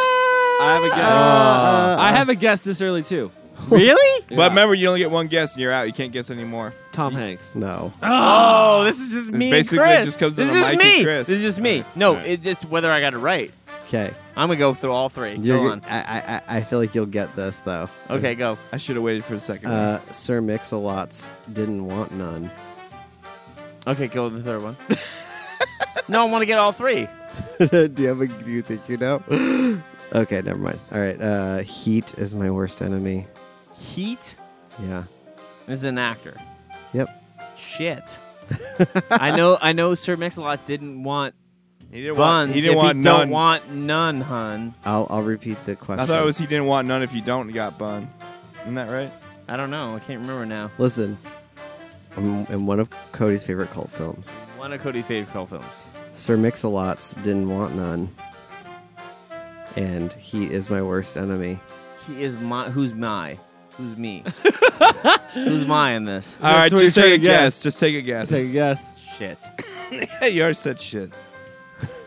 Speaker 1: I have a guess.
Speaker 2: Uh,
Speaker 1: uh. I have a guess this early too.
Speaker 4: Really?
Speaker 3: But remember, you only get one guess and you're out. You can't guess anymore.
Speaker 1: Tom Hanks.
Speaker 2: No.
Speaker 4: Oh, this is just
Speaker 3: It's
Speaker 4: me. and
Speaker 3: basically
Speaker 4: Chris.
Speaker 3: just comes
Speaker 4: this
Speaker 3: down to
Speaker 4: is
Speaker 3: Mike
Speaker 4: me.
Speaker 3: and Chris.
Speaker 4: This is just me. No, it, it's whether I got it right.
Speaker 2: Okay.
Speaker 4: I'm gonna go through all three.
Speaker 2: You're
Speaker 4: go
Speaker 2: go-
Speaker 4: on.
Speaker 2: I, I I feel like you'll get this though.
Speaker 4: Okay, go.
Speaker 3: I should have waited for the second
Speaker 2: Uh, Sir Mix-a-Lots didn't want none.
Speaker 4: Okay, go with the third one. no, I want to get all three.
Speaker 2: do you have a, Do you think you know? okay, never mind. All right. Uh, heat is my worst enemy.
Speaker 4: Heat
Speaker 2: Yeah.
Speaker 4: is an actor.
Speaker 2: Yep.
Speaker 4: Shit. I know. I know. Sir Mix-a-Lot didn't want.
Speaker 3: He didn't
Speaker 4: buns
Speaker 3: want- he didn't
Speaker 4: if
Speaker 3: want
Speaker 4: he
Speaker 3: none.
Speaker 4: Don't want none, hun.
Speaker 2: I'll I'll repeat the question.
Speaker 3: I thought it was he didn't want none if you don't got bun. Isn't that right?
Speaker 4: I don't know. I can't remember now.
Speaker 2: Listen, I'm in one of Cody's favorite cult films.
Speaker 4: One of Cody's favorite cult films.
Speaker 2: Sir Mix-a-Lots didn't want none, and he is my worst enemy.
Speaker 4: He is my. Who's my? Who's me? who's my in this?
Speaker 3: All right, just take a guess. Just take a guess.
Speaker 1: Take a guess.
Speaker 4: Shit.
Speaker 3: Hey, you already said shit.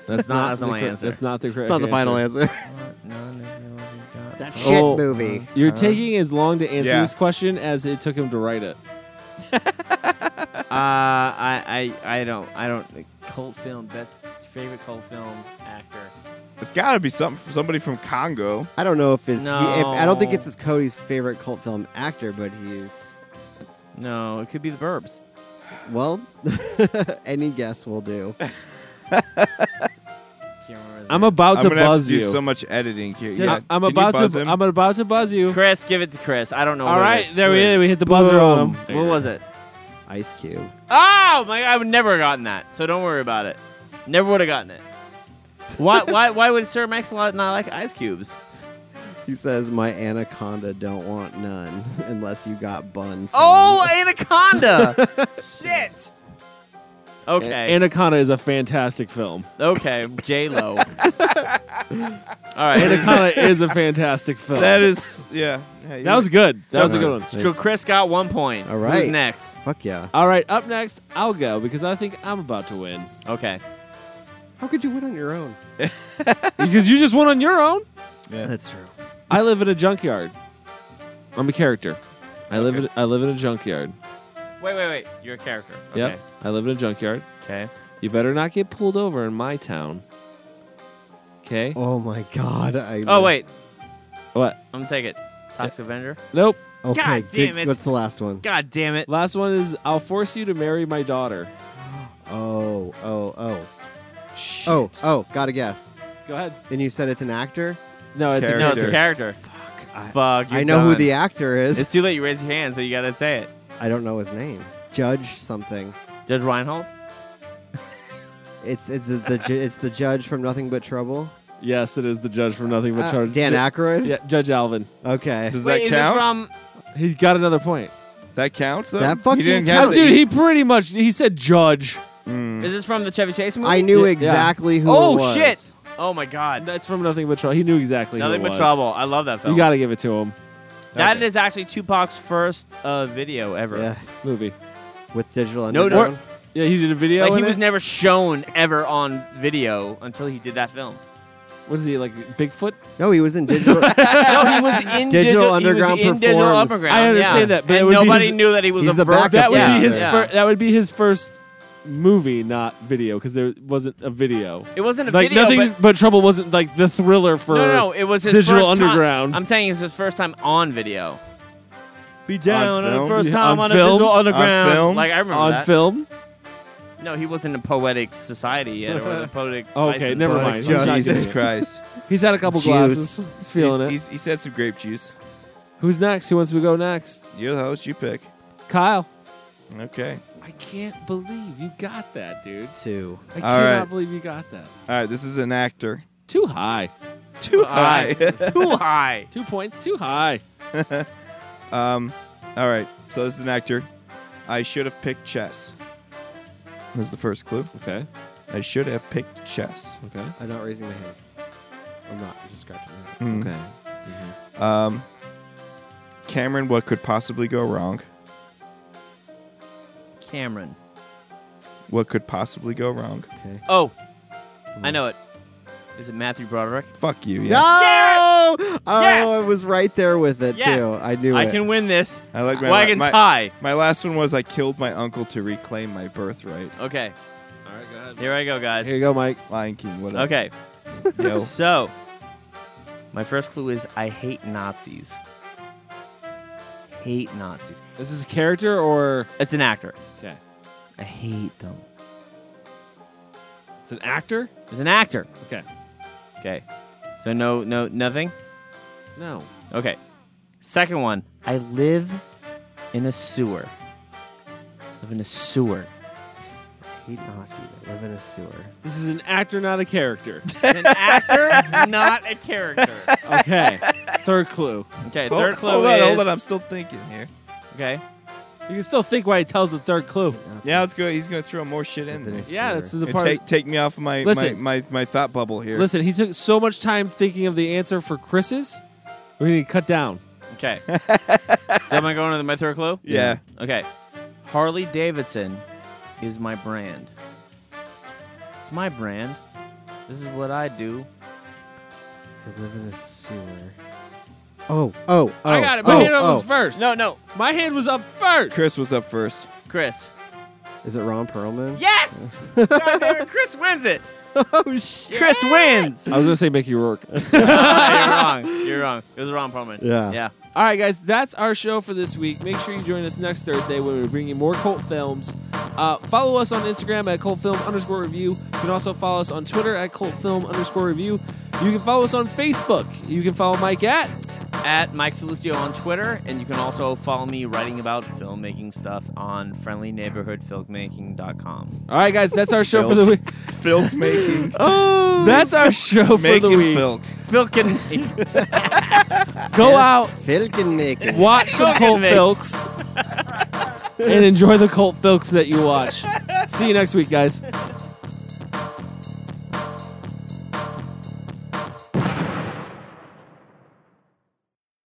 Speaker 1: That's
Speaker 4: not- that's
Speaker 1: the
Speaker 4: not my
Speaker 1: cor-
Speaker 4: answer.
Speaker 1: That's not the correct.
Speaker 2: It's not the final answer.
Speaker 4: Uh,
Speaker 2: That shit
Speaker 1: Oh,
Speaker 2: movie. Uh-huh.
Speaker 1: You're taking as long to answer
Speaker 3: Yeah.
Speaker 1: this question as it took him to write it.
Speaker 4: Uh, I, I, I don't, I don't. Cult film, best favorite cult film actor.
Speaker 3: It's got to be something for somebody from Congo.
Speaker 2: I don't know if it's. He, if, I don't think
Speaker 4: No.
Speaker 2: it's his Cody's favorite cult film actor, but he's
Speaker 4: No, it could be The Burbs.
Speaker 2: well. any guess will do.
Speaker 4: Can't remember his
Speaker 1: I'm
Speaker 4: name.
Speaker 1: about
Speaker 3: I'm
Speaker 1: to
Speaker 3: gonna have
Speaker 1: buzz
Speaker 3: to do
Speaker 1: you.
Speaker 3: so much editing here.
Speaker 4: Just-
Speaker 3: yeah.
Speaker 1: I- I'm
Speaker 3: Can you
Speaker 1: about
Speaker 3: buzz
Speaker 1: to.
Speaker 3: him?
Speaker 1: I'm about to buzz you.
Speaker 4: Chris, give it to Chris. I don't know.
Speaker 1: All
Speaker 4: what it
Speaker 1: right,
Speaker 4: is.
Speaker 1: there we
Speaker 4: What-
Speaker 1: did. We hit the buzzer on
Speaker 2: Boom.
Speaker 1: him.
Speaker 4: What was it?
Speaker 2: Ice Cube.
Speaker 4: Oh my! I would never have gotten that. So don't worry about it. Never would have gotten it. Why? why? Why would Sir Mix-a-Lot not like ice cubes?
Speaker 2: He says, "My anaconda don't want none unless you got buns." hun."
Speaker 4: Oh, Anaconda! Shit. Okay.
Speaker 1: Anaconda is a fantastic film.
Speaker 4: okay. J Lo. All right.
Speaker 1: Anaconda is a fantastic film.
Speaker 3: That is, yeah. Yeah, you're
Speaker 1: That was
Speaker 3: right.
Speaker 1: good. That was a good one.
Speaker 4: So Chris got one point.
Speaker 2: All right.
Speaker 4: Who's next?
Speaker 2: fuck yeah!
Speaker 1: All right, up next, I'll go because I think I'm about to win.
Speaker 4: Okay.
Speaker 2: How could you win on your own?
Speaker 1: Because you just won on your own.
Speaker 2: That's true.
Speaker 1: I live in a junkyard. I'm a character. I live in I live in a junkyard.
Speaker 4: Wait, wait, wait. You're a character. Okay.
Speaker 1: Yep. I live in a junkyard.
Speaker 4: Okay.
Speaker 1: You better not get pulled over in my town. Okay?
Speaker 2: Oh my god! I
Speaker 4: Oh wait.
Speaker 1: What?
Speaker 4: I'm gonna take it. Toxic Avenger.
Speaker 1: Nope.
Speaker 2: Okay,
Speaker 4: God
Speaker 2: dig-
Speaker 4: damn it.
Speaker 2: what's the last one?
Speaker 4: God damn it.
Speaker 1: Last one is I'll force you to marry my daughter.
Speaker 2: Oh, oh, oh, oh, oh! Got to guess.
Speaker 1: Go ahead.
Speaker 2: And you said it's an actor.
Speaker 1: No, it's
Speaker 4: No, it's a
Speaker 1: a
Speaker 4: character.
Speaker 2: I-
Speaker 4: Fuck. You're
Speaker 2: I know who
Speaker 4: done.
Speaker 2: the actor is.
Speaker 4: It's too late. You raise your hand, so you gotta say it.
Speaker 2: I don't know his name. Judge something.
Speaker 4: Judge Reinhold.
Speaker 2: It's it's the ju- it's the judge from Nothing But Trouble.
Speaker 1: Yes, it is the judge from Nothing But
Speaker 2: Uh,
Speaker 1: Charge.
Speaker 2: Dan
Speaker 1: Ju-
Speaker 2: Aykroyd.
Speaker 1: Yeah, Judge Alvin.
Speaker 2: Okay.
Speaker 3: Does
Speaker 4: Wait,
Speaker 3: that
Speaker 4: is
Speaker 3: count?
Speaker 4: this from?
Speaker 1: He got another point.
Speaker 3: that counts. though?
Speaker 2: That
Speaker 3: He
Speaker 2: fucking
Speaker 3: didn't
Speaker 2: counts.
Speaker 3: count it.
Speaker 1: Dude, he pretty much he said judge.
Speaker 4: Is this from the Chevy Chase movie?
Speaker 2: Hmm. I knew
Speaker 1: Yeah.
Speaker 2: exactly who. it
Speaker 4: Oh
Speaker 2: was.
Speaker 4: shit! Oh my god!
Speaker 1: That's from Nothing But Trouble. He knew exactly. who
Speaker 4: Nothing
Speaker 1: it
Speaker 4: but
Speaker 1: was.
Speaker 4: trouble. I love that film.
Speaker 1: You got to give it to him.
Speaker 4: That
Speaker 3: Okay.
Speaker 4: is actually Tupac's first uh, video ever.
Speaker 2: Yeah,
Speaker 1: Movie.
Speaker 2: with digital
Speaker 4: No, no.
Speaker 2: underground.
Speaker 1: Yeah, he did a video.
Speaker 4: Like he
Speaker 1: in
Speaker 4: was
Speaker 1: it?
Speaker 4: never shown ever on video until he did that film.
Speaker 1: What is he like? Bigfoot?
Speaker 2: No, he was in digital.
Speaker 4: no, he was in
Speaker 2: Digital
Speaker 4: he was
Speaker 2: Underground
Speaker 4: in Digital
Speaker 2: performs.
Speaker 4: Underground,
Speaker 1: I understand
Speaker 4: yeah.
Speaker 1: that, but it
Speaker 4: and
Speaker 1: would be
Speaker 4: nobody
Speaker 1: his-
Speaker 4: knew that he was
Speaker 2: he's
Speaker 4: a
Speaker 2: the
Speaker 4: verb.
Speaker 2: backup
Speaker 1: That would
Speaker 4: Yeah.
Speaker 1: be his.
Speaker 4: Yeah.
Speaker 1: Fir- that would be his first movie, not video, because there wasn't a video.
Speaker 4: It wasn't a
Speaker 1: like
Speaker 4: video.
Speaker 1: nothing
Speaker 4: but-
Speaker 1: but, trouble wasn't like the thriller for
Speaker 4: no, no, no, it was his
Speaker 1: Digital
Speaker 4: first time-
Speaker 1: Underground.
Speaker 4: I'm saying it's his first time on video. Be
Speaker 3: down on the film? first
Speaker 1: time on a Digital
Speaker 3: Underground. film?
Speaker 4: Like I remember
Speaker 1: on
Speaker 4: that.
Speaker 1: film.
Speaker 4: No, he wasn't in Poetic Society yet, or the Poetic.
Speaker 1: Okay,
Speaker 4: License.
Speaker 1: never
Speaker 2: Poetic
Speaker 1: mind. He's not
Speaker 2: Justice.
Speaker 1: getting
Speaker 3: Jesus
Speaker 1: it.
Speaker 3: Christ.
Speaker 1: He's had a couple
Speaker 2: Juice.
Speaker 1: glasses. He's feeling
Speaker 3: He's-
Speaker 1: it.
Speaker 3: he's- he said some grape juice.
Speaker 1: Who's next? Who wants to go next?
Speaker 3: You're the host. You pick.
Speaker 1: Kyle.
Speaker 3: Okay.
Speaker 1: I can't believe you got that, dude.
Speaker 2: Two.
Speaker 1: I
Speaker 3: cannot right.
Speaker 1: believe you got that.
Speaker 3: All right. This is an actor.
Speaker 1: Too high.
Speaker 3: Too high.
Speaker 4: Too high.
Speaker 1: Two points too high.
Speaker 3: um. All right. So this is an actor. I should have picked chess. This is the first clue.
Speaker 1: Okay.
Speaker 3: I should have picked chess.
Speaker 1: Okay.
Speaker 2: I'm not raising my hand. I'm not. I'm just scratching my head.
Speaker 3: Mm.
Speaker 1: Okay.
Speaker 3: Um. Cameron, what could possibly go wrong?
Speaker 4: Cameron.
Speaker 3: What could possibly go wrong?
Speaker 2: Okay.
Speaker 4: Oh, I know it. Is it Matthew Broderick?
Speaker 3: Fuck you. Yeah.
Speaker 2: No! know. Oh, I was right there with it
Speaker 4: Yes.
Speaker 2: too. I knew
Speaker 4: I
Speaker 2: it.
Speaker 4: can win this.
Speaker 3: I like my
Speaker 4: wagon
Speaker 3: my,
Speaker 4: tie.
Speaker 3: My last one was I killed my uncle to reclaim my birthright.
Speaker 4: Okay. All right, go ahead. Here I go, guys.
Speaker 3: Here you
Speaker 1: go, Mike.
Speaker 3: Lion King. What up?
Speaker 4: Okay.
Speaker 3: Yo.
Speaker 4: So, my first clue is I hate Nazis. Hate Nazis.
Speaker 1: This is a character or
Speaker 4: it's an actor.
Speaker 1: Okay.
Speaker 4: I hate them.
Speaker 1: It's an actor?
Speaker 4: It's an actor.
Speaker 1: Okay.
Speaker 4: Okay. So no no nothing?
Speaker 1: No.
Speaker 4: Okay. Second one. I live in a sewer. Live in a sewer.
Speaker 2: I hate Nazis. I live in a sewer.
Speaker 1: This is an actor, not a character.
Speaker 4: An actor, not a character.
Speaker 1: okay. Third clue.
Speaker 4: Okay,
Speaker 3: Hold-
Speaker 4: third clue
Speaker 3: hold on,
Speaker 4: is
Speaker 3: hold on. I'm still thinking here.
Speaker 4: Okay.
Speaker 1: You can still think why he tells the third clue.
Speaker 3: Yeah, let's go. He's gonna throw more shit in. There.
Speaker 1: Yeah, that's the
Speaker 3: Hey,
Speaker 1: part-
Speaker 3: Take, take me off my, my,
Speaker 1: Listen.
Speaker 3: my my thought bubble here.
Speaker 1: Listen, he took so much time thinking of the answer for Chris's. We need to cut down.
Speaker 4: Okay. so am I going to my third clue?
Speaker 3: Yeah.
Speaker 4: Okay. Harley Davidson is my brand. It's my brand. This is what I do.
Speaker 2: I live in a sewer. Oh, oh, oh.
Speaker 1: I got it. My
Speaker 2: Oh,
Speaker 1: hand was
Speaker 2: oh.
Speaker 1: first.
Speaker 4: No, no.
Speaker 1: My hand was up first.
Speaker 3: Chris was up first.
Speaker 4: Chris.
Speaker 2: Is it Ron Perlman?
Speaker 4: Yes! God damn it, Chris wins it.
Speaker 2: Oh shit.
Speaker 4: Chris wins.
Speaker 1: I was gonna say Mickey Rourke.
Speaker 4: Ah, you're wrong. You're wrong. It was Ron Perlman.
Speaker 2: Yeah.
Speaker 4: Yeah.
Speaker 1: All right, guys, that's our show for this week. Make sure you join us next Thursday when we bring you more cult films. Uh, follow us on Instagram at cultfilm underscore review. You can also follow us on Twitter at cultfilm underscore review. You can follow us on Facebook. You can follow Mike at.
Speaker 4: At Mike Salustio on Twitter, and you can also follow me writing about filmmaking stuff on friendlyneighborhoodfilmmaking.com.
Speaker 1: All right, guys, that's our show for the week.
Speaker 3: Filk making.
Speaker 2: Oh.
Speaker 1: That's our show for the
Speaker 3: making
Speaker 1: week.
Speaker 3: filk.
Speaker 4: Filkin.
Speaker 1: Go out,
Speaker 2: Filkin making.
Speaker 1: watch some cult
Speaker 4: Filkin.
Speaker 1: filks, and enjoy the cult filks that you watch. See you next week, guys.